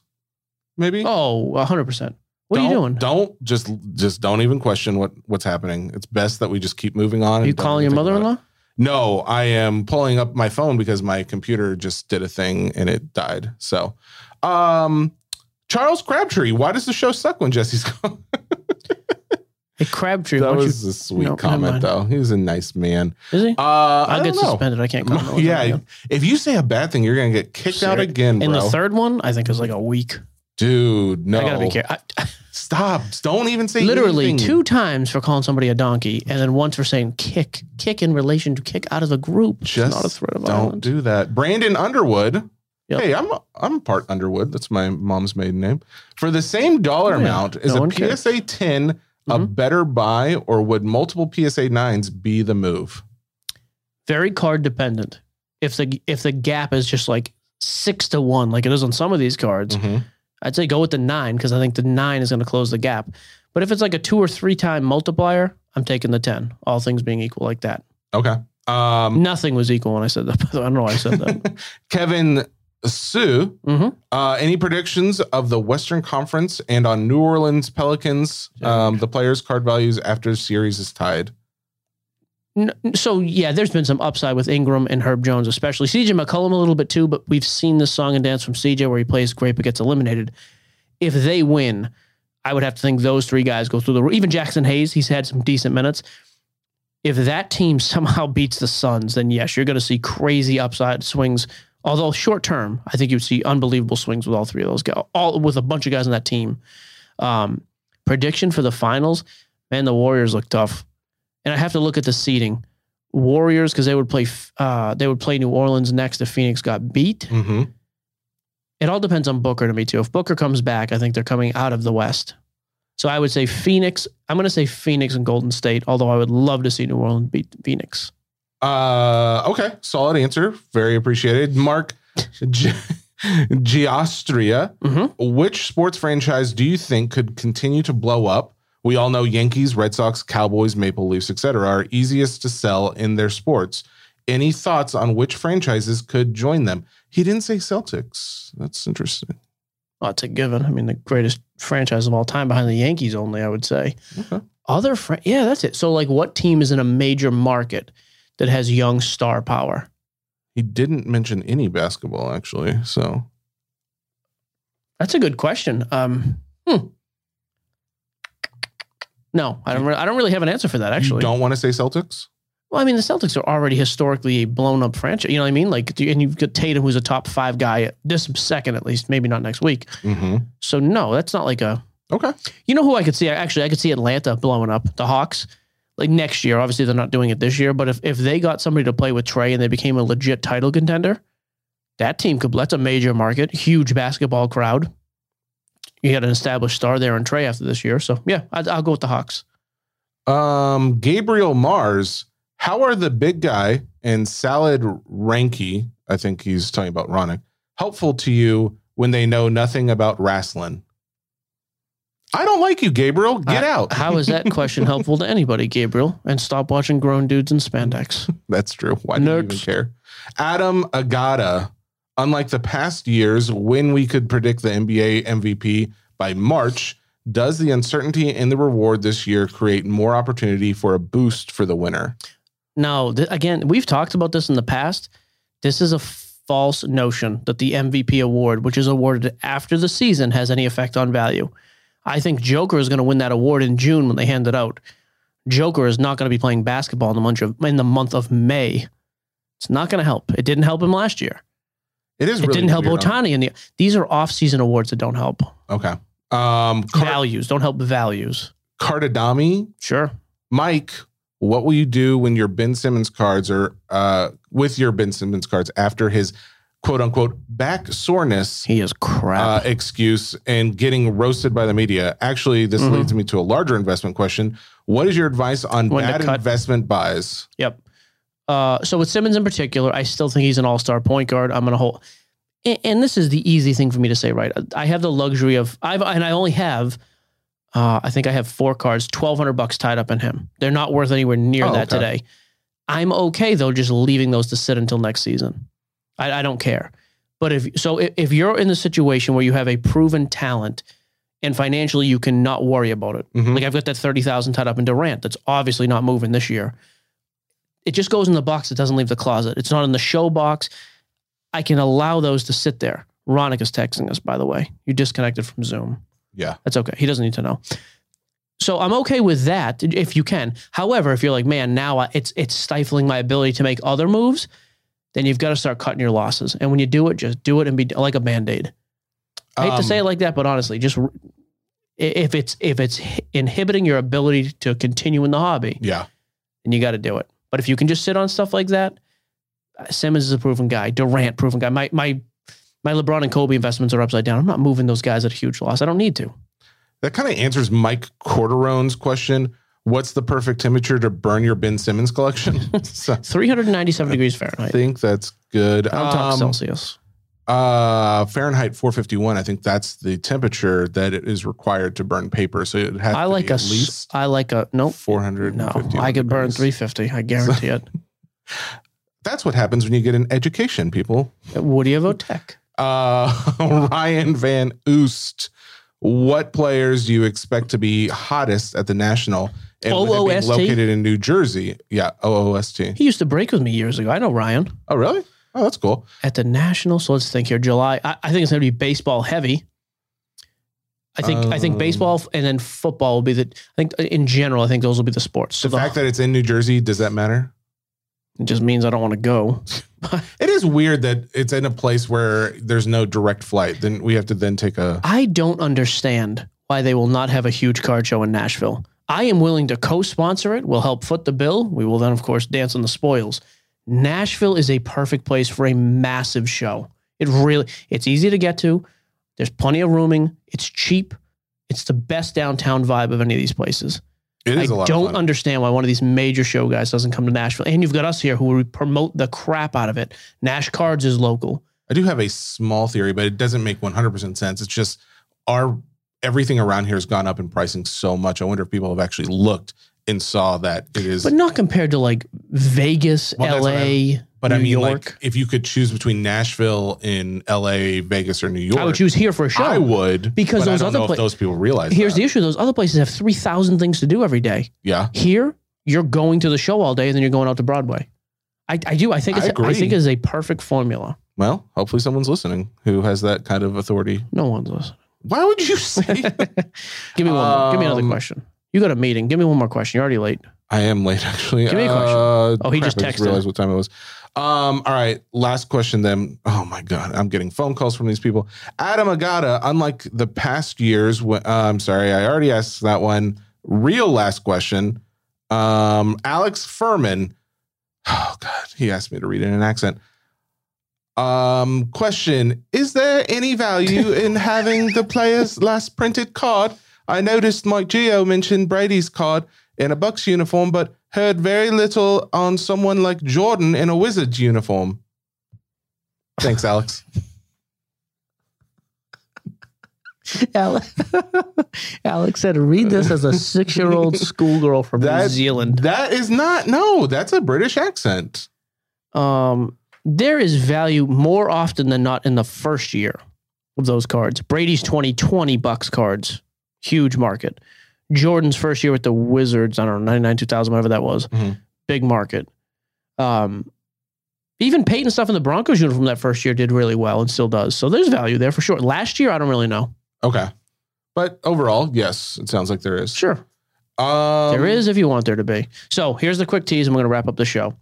[SPEAKER 3] Maybe.
[SPEAKER 2] Oh, 100%. What What are you
[SPEAKER 3] Don't-
[SPEAKER 2] doing?
[SPEAKER 3] Don't just just don't even question what what's happening. It's best that we just keep moving on.
[SPEAKER 2] Are
[SPEAKER 3] and
[SPEAKER 2] you
[SPEAKER 3] don't
[SPEAKER 2] calling your
[SPEAKER 3] think about it.
[SPEAKER 2] mother-in-law?
[SPEAKER 3] No, I am pulling up my phone because my computer just did a thing and it died. So, um, Charles Crabtree, why does the show suck when Jesse's gone?
[SPEAKER 2] Hey, Crabtree, why
[SPEAKER 3] that
[SPEAKER 2] don't you,
[SPEAKER 3] was a sweet
[SPEAKER 2] No, never
[SPEAKER 3] comment,
[SPEAKER 2] mind.
[SPEAKER 3] though. He was a nice man.
[SPEAKER 2] is he?
[SPEAKER 3] Uh, I
[SPEAKER 2] I'll
[SPEAKER 3] don't
[SPEAKER 2] get
[SPEAKER 3] know.
[SPEAKER 2] suspended. I can't call.
[SPEAKER 3] yeah, if you say a bad thing, you're gonna get kicked out
[SPEAKER 2] Seri-
[SPEAKER 3] again, bro.
[SPEAKER 2] And the third one, I think, is like a week.
[SPEAKER 3] Dude, no,
[SPEAKER 2] I gotta be careful. I-
[SPEAKER 3] stop! Don't even say
[SPEAKER 2] Literally
[SPEAKER 3] anything.
[SPEAKER 2] two times for calling somebody a donkey, and then once for saying kick, kick in relation to kick out of the group. It's
[SPEAKER 3] Just
[SPEAKER 2] not a threat of
[SPEAKER 3] Don't
[SPEAKER 2] violence.
[SPEAKER 3] do that. Brandon Underwood.
[SPEAKER 2] Yep.
[SPEAKER 3] Hey, I'm I'm part Underwood. That's my mom's maiden name. For the same dollar
[SPEAKER 2] Yeah,
[SPEAKER 3] amount, is
[SPEAKER 2] no
[SPEAKER 3] a
[SPEAKER 2] one cares.
[SPEAKER 3] PSA 10 a
[SPEAKER 2] Mhm.
[SPEAKER 3] better buy, or would multiple PSA nines be the move?
[SPEAKER 2] Very card dependent. If the if the gap is just like six to one, like it is on some of these
[SPEAKER 3] Mm.
[SPEAKER 2] cards, I'd say go with the nine because I think the nine is going to close the gap. But if it's like a two or three time multiplier, I'm taking the ten. All things being equal, like that.
[SPEAKER 3] Okay. Um,
[SPEAKER 2] Nothing was equal when I said that. By the way, I don't know why I said that.
[SPEAKER 3] Kevin Sue,
[SPEAKER 2] hmm
[SPEAKER 3] uh, any predictions of the Western Conference and on New Orleans Pelicans, um, the players' card values after the series is tied?
[SPEAKER 2] N- So yeah, there's been some upside with Ingram and Herb Jones, especially CJ McCollum a little bit too. But we've seen this song and dance from CJ where he plays great but gets eliminated. If they win, I would have to think those three guys go through the roof. Even Jackson Hayes, he's had some decent minutes. If that team somehow beats the Suns, then yes, you're going to see crazy upside swings. Although short term, I think you'd see unbelievable swings with all three of those guys, all with a bunch of guys on that team. Um, prediction for the finals, man, the Warriors look tough and I have to look at the seeding. Warriors because they would play f- uh, they would play New Orleans next if Phoenix got beat.
[SPEAKER 3] Mm-hmm.
[SPEAKER 2] It all depends on Booker to me too. If Booker comes back, I think they're coming out of the West. So I would say Phoenix. I'm going to say Phoenix and Golden State. Although I would love to see New Orleans beat Phoenix.
[SPEAKER 3] Uh, okay, solid answer. Very appreciated, Mark G- Giostria.
[SPEAKER 2] Mm-hmm.
[SPEAKER 3] Which sports franchise do you think could continue to blow up? We all know Yankees, Red Sox, Cowboys, Maple Leafs, etc. are easiest to sell in their sports. Any thoughts on which franchises could join them? He didn't say Celtics. That's interesting.
[SPEAKER 2] Well, Oh, it's a given. I mean, the greatest franchise of all time behind the Yankees only, I would say.
[SPEAKER 3] Okay.
[SPEAKER 2] Other fran- yeah, that's it. So like, what team is in a major market that has young star power?
[SPEAKER 3] He didn't mention any basketball actually. So
[SPEAKER 2] That's a good question. Um, hmm. No, I don't. Re- I don't really have an answer for that.
[SPEAKER 3] you
[SPEAKER 2] Actually,
[SPEAKER 3] don't want to say Celtics?
[SPEAKER 2] well, I mean, the Celtics are already historically a blown-up franchise. You know what I mean? Like, and you've got Tatum, who's a top five guy this second at least, maybe not next week.
[SPEAKER 3] Mm-hmm.
[SPEAKER 2] So no, that's not like a.
[SPEAKER 3] Okay.
[SPEAKER 2] You know who I could see? Actually, I could see Atlanta blowing up the Hawks. Like next year, obviously they're not doing it this year, but if, if they got somebody to play with Trey and they became a legit title contender, that team could. That's a major market, huge basketball crowd. You got an established star there in Trey after this year, so yeah, I'd, I'll go with the Hawks.
[SPEAKER 3] Um, Gabriel Mars, how are the big guy and Salad Ranky, I think he's talking about Ronick, helpful to you when they know nothing about wrestling? I don't like you, Gabriel. Get
[SPEAKER 2] Uh,
[SPEAKER 3] out.
[SPEAKER 2] How is that question helpful to anybody, Gabriel? And stop watching grown dudes in spandex.
[SPEAKER 3] That's true. Why do you even
[SPEAKER 2] Next.
[SPEAKER 3] care? Adam Agata, unlike the past years when we could predict the NBA MVP by March, does the uncertainty in the reward this year create more opportunity for a boost for the winner?
[SPEAKER 2] No, th- again, we've talked about this in the past. This is a false notion that the MVP award, which is awarded after the season, has any effect on value. I think Joker is going to win that award in June when they hand it out. Joker is not going to be playing basketball in the month of in the month of May. It's not going to help. It didn't help him last year.
[SPEAKER 3] It is.
[SPEAKER 2] it
[SPEAKER 3] really
[SPEAKER 2] didn't help
[SPEAKER 3] weird, huh?
[SPEAKER 2] Otani. And the, these are off-season awards that don't help
[SPEAKER 3] Okay. Um, Car-
[SPEAKER 2] values. Don't help values.
[SPEAKER 3] Cardadami,
[SPEAKER 2] Sure.
[SPEAKER 3] Mike, what will you do when your Ben Simmons cards are uh, with your Ben Simmons cards after his quote unquote back soreness
[SPEAKER 2] He is crap.
[SPEAKER 3] uh, excuse and getting roasted by the media? Actually, this
[SPEAKER 2] Mhm.
[SPEAKER 3] leads me to a larger investment question. What is your advice on
[SPEAKER 2] When to
[SPEAKER 3] bad
[SPEAKER 2] cut.
[SPEAKER 3] investment buys?
[SPEAKER 2] Yep. Uh, so with Simmons in particular, I still think he's an all-star point guard. I'm gonna hold, and, and this is the easy thing for me to say, right? I have the luxury of I've and I only have, uh, I think I have four cards, twelve hundred bucks tied up in him. They're not worth anywhere near
[SPEAKER 3] Oh,
[SPEAKER 2] that
[SPEAKER 3] okay.
[SPEAKER 2] today. I'm okay though, just leaving those to sit until next season. I, I don't care. But if so, if, if you're in the situation where you have a proven talent and financially you cannot worry about it.
[SPEAKER 3] Mhm.
[SPEAKER 2] Like I've got that thirty thousand tied up in Durant. That's obviously not moving this year. It just goes in the box. It doesn't leave the closet. It's not in the show box. I can allow those to sit there. Ronica's texting us, by the way. You disconnected from Zoom.
[SPEAKER 3] yeah.
[SPEAKER 2] That's okay. He doesn't need to know. So I'm okay with that if you can. However, if you're like, man, now I, it's it's stifling my ability to make other moves, then you've got to start cutting your losses. And when you do it, just do it and be like a band aid. I
[SPEAKER 3] Um,
[SPEAKER 2] hate to say it like that, but honestly, just r- i- if it's if it's hi- inhibiting your ability to continue in the hobby,
[SPEAKER 3] Yeah.
[SPEAKER 2] then you got to do it. But if you can just sit on stuff like that, uh, Simmons is a proven guy. Durant, proven guy. My my my LeBron and Kobe investments are upside down. I'm not moving those guys at a huge loss. I don't need to.
[SPEAKER 3] That kind of answers Mike Corderone's question. What's the perfect temperature to burn your Ben Simmons collection? so,
[SPEAKER 2] 397 degrees
[SPEAKER 3] I
[SPEAKER 2] Fahrenheit.
[SPEAKER 3] think that's good.
[SPEAKER 2] I don't talk
[SPEAKER 3] Uh, Um,
[SPEAKER 2] Celsius.
[SPEAKER 3] uh, Fahrenheit 451. I think that's the temperature that it is required to burn paper. So it has
[SPEAKER 2] I like a
[SPEAKER 3] at
[SPEAKER 2] s-
[SPEAKER 3] least
[SPEAKER 2] I like a nope.
[SPEAKER 3] 400.
[SPEAKER 2] No, I could burn 350. I guarantee it.
[SPEAKER 3] That's what happens when you get an education, people.
[SPEAKER 2] Woody of Otech.
[SPEAKER 3] Uh, Ryan Van Oost. What players do you expect to be hottest at the national? And with it being
[SPEAKER 2] OOST?
[SPEAKER 3] located in New Jersey. Yeah, OOST.
[SPEAKER 2] He used to break with me years ago. I know Ryan
[SPEAKER 3] Oh, really? Oh, that's cool.
[SPEAKER 2] at the national. So let's think here. July. I, I think it's going to be baseball heavy. I think I think
[SPEAKER 3] Um,
[SPEAKER 2] baseball f- and then football will be the. I think in general, I think those will be the sports. So
[SPEAKER 3] the fact that it's in New Jersey, does that matter?
[SPEAKER 2] it just means I don't want to go.
[SPEAKER 3] It is weird that it's in a place where there's no direct flight. Then we have to then take a.
[SPEAKER 2] I don't understand why they will not have a huge card show in Nashville. I am willing to co sponsor it. We'll help foot the bill. We will then, of course, dance on the spoils. Nashville is a perfect place for a massive show. It really, it's easy to get to. There's plenty of rooming. It's cheap. It's the best downtown vibe of any of these places.
[SPEAKER 3] It
[SPEAKER 2] I
[SPEAKER 3] is a lot.
[SPEAKER 2] don't
[SPEAKER 3] of fun.
[SPEAKER 2] understand why one of these major show guys doesn't come to Nashville. And you've got us here who will promote the crap out of it. Nash Cards is local.
[SPEAKER 3] I do have a small theory, but it doesn't make 100% sense. It's just our everything around here has gone up in pricing so much. I wonder if people have actually looked and saw that it is.
[SPEAKER 2] But not compared to like Vegas,
[SPEAKER 3] Well, that's what
[SPEAKER 2] LA.
[SPEAKER 3] But I
[SPEAKER 2] New
[SPEAKER 3] mean, like,
[SPEAKER 2] York.
[SPEAKER 3] if you could choose between Nashville and L.A., Vegas, or New York,
[SPEAKER 2] I would choose here for a show.
[SPEAKER 3] I would
[SPEAKER 2] Because
[SPEAKER 3] but I
[SPEAKER 2] those
[SPEAKER 3] don't
[SPEAKER 2] other
[SPEAKER 3] know
[SPEAKER 2] pla-
[SPEAKER 3] if those people realize.
[SPEAKER 2] Here's
[SPEAKER 3] that.
[SPEAKER 2] the issue: those other places have three thousand things to do every day.
[SPEAKER 3] yeah.
[SPEAKER 2] Here, you're going to the show all day, and then you're going out to Broadway. I, I do. I think it's,
[SPEAKER 3] I
[SPEAKER 2] I,
[SPEAKER 3] agree.
[SPEAKER 2] think it's a perfect formula.
[SPEAKER 3] Well, hopefully someone's listening who has that kind of authority.
[SPEAKER 2] No one's listening.
[SPEAKER 3] Why would you say?
[SPEAKER 2] Give me one. more. Give me another
[SPEAKER 3] Um,
[SPEAKER 2] question. You got a meeting. Give me one more question. You're already late.
[SPEAKER 3] I am late, actually.
[SPEAKER 2] Give me a question.
[SPEAKER 3] Uh,
[SPEAKER 2] Oh, he
[SPEAKER 3] crap,
[SPEAKER 2] just
[SPEAKER 3] I just
[SPEAKER 2] texted.
[SPEAKER 3] realized what time it was. Um, all right, last question then. Oh my god, I'm getting phone calls from these people. Adam Agata, unlike the past years, when, uh, I'm sorry, I already asked that one. Real last question. Um, Alex Furman. Oh god, he asked me to read it in an accent. Um, question: Is there any value in having the player's last printed card? I noticed Mike Geo mentioned Brady's card in a Bucks uniform, but heard very little on someone like Jordan in a Wizards uniform. Thanks, Alex.
[SPEAKER 2] Alex, Alex said, "Read this as a six-year-old schoolgirl from New
[SPEAKER 3] That-
[SPEAKER 2] Zealand."
[SPEAKER 3] that is not no. That's a British accent.
[SPEAKER 2] um, there is value more often than not in the first year of those cards. Brady's 2020 Bucks cards, huge market. Jordan's first year with the Wizards, I don't know, 99, 2000, whatever that was,
[SPEAKER 3] Mhm.
[SPEAKER 2] big market. Um, even Peyton stuff in the Broncos uniform that first year did really well and still does. So there's value there for sure. Last year, I don't really know.
[SPEAKER 3] Okay, but overall, yes, it sounds like there is.
[SPEAKER 2] Sure.
[SPEAKER 3] Um,
[SPEAKER 2] there is if you want there to be. So here's the quick tease. and we're going to wrap up the show.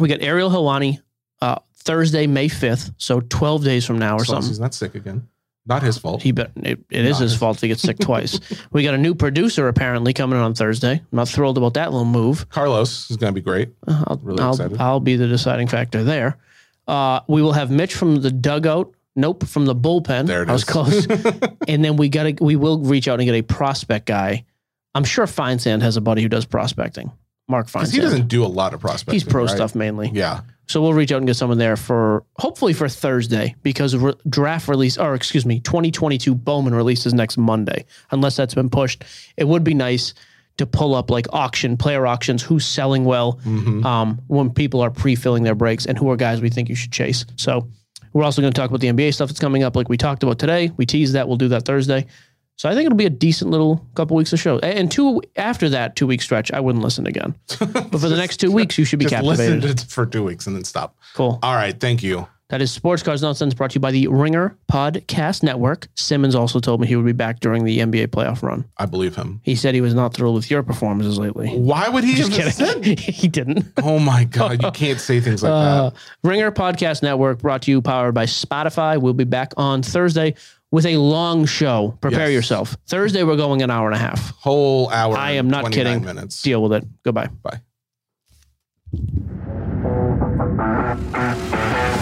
[SPEAKER 2] We got Ariel Helwani uh, Thursday, May 5th. So 12 days from now or
[SPEAKER 3] As long as
[SPEAKER 2] something.
[SPEAKER 3] he's not sick again. Not his fault.
[SPEAKER 2] He bet it, it is
[SPEAKER 3] Not
[SPEAKER 2] his fault if he gets sick twice. We got a new producer apparently coming in on Thursday. I'm not thrilled about that little move.
[SPEAKER 3] Carlos is going to be great.
[SPEAKER 2] Uh, I'll,
[SPEAKER 3] Really excited.
[SPEAKER 2] I'll, I'll be the deciding factor there. Uh, we will have Mitch from the dugout. Nope, from the bullpen.
[SPEAKER 3] There it is.
[SPEAKER 2] I was close. and then we got to we will reach out and get a prospect guy. I'm sure Feinsand has a buddy who does prospecting. Mark Feinsand.
[SPEAKER 3] Because he doesn't do a lot of prospecting.
[SPEAKER 2] He's pro
[SPEAKER 3] right?
[SPEAKER 2] stuff mainly.
[SPEAKER 3] Yeah.
[SPEAKER 2] So we'll reach out and get someone there for hopefully for Thursday because re- draft release or excuse me, 2022 Bowman releases next Monday unless that's been pushed. It would be nice to pull up like auction player auctions who's selling well
[SPEAKER 3] Mhm.
[SPEAKER 2] um, when people are pre-filling their breaks and who are guys we think you should chase. So we're also going to talk about the NBA stuff that's coming up like we talked about today. We teased that we'll do that Thursday. So I think it'll be a decent little couple weeks of shows. A- And two after that two week stretch, I wouldn't listen again. But for the next two weeks, you should be
[SPEAKER 3] just
[SPEAKER 2] captivated.
[SPEAKER 3] listen to it for two weeks and then stop.
[SPEAKER 2] cool.
[SPEAKER 3] All right, thank you.
[SPEAKER 2] That is Sports Cars Nonsense brought to you by the Ringer Podcast Network. Simmons also told me he would be back during the NBA playoff run.
[SPEAKER 3] I believe him.
[SPEAKER 2] He said he was not thrilled with your performances lately.
[SPEAKER 3] Why would he
[SPEAKER 2] Just
[SPEAKER 3] have said?
[SPEAKER 2] kidding. he didn't.
[SPEAKER 3] Oh my god, you can't say things like
[SPEAKER 2] Uh,
[SPEAKER 3] that.
[SPEAKER 2] Ringer Podcast Network brought to you, powered by Spotify. We'll be back on Thursday with a long show. Prepare
[SPEAKER 3] Yes.
[SPEAKER 2] yourself. Thursday, we're going an hour and a half.
[SPEAKER 3] Whole hour.
[SPEAKER 2] I
[SPEAKER 3] and
[SPEAKER 2] am not
[SPEAKER 3] 29
[SPEAKER 2] kidding.
[SPEAKER 3] Minutes.
[SPEAKER 2] Deal with it. Goodbye.
[SPEAKER 3] Bye.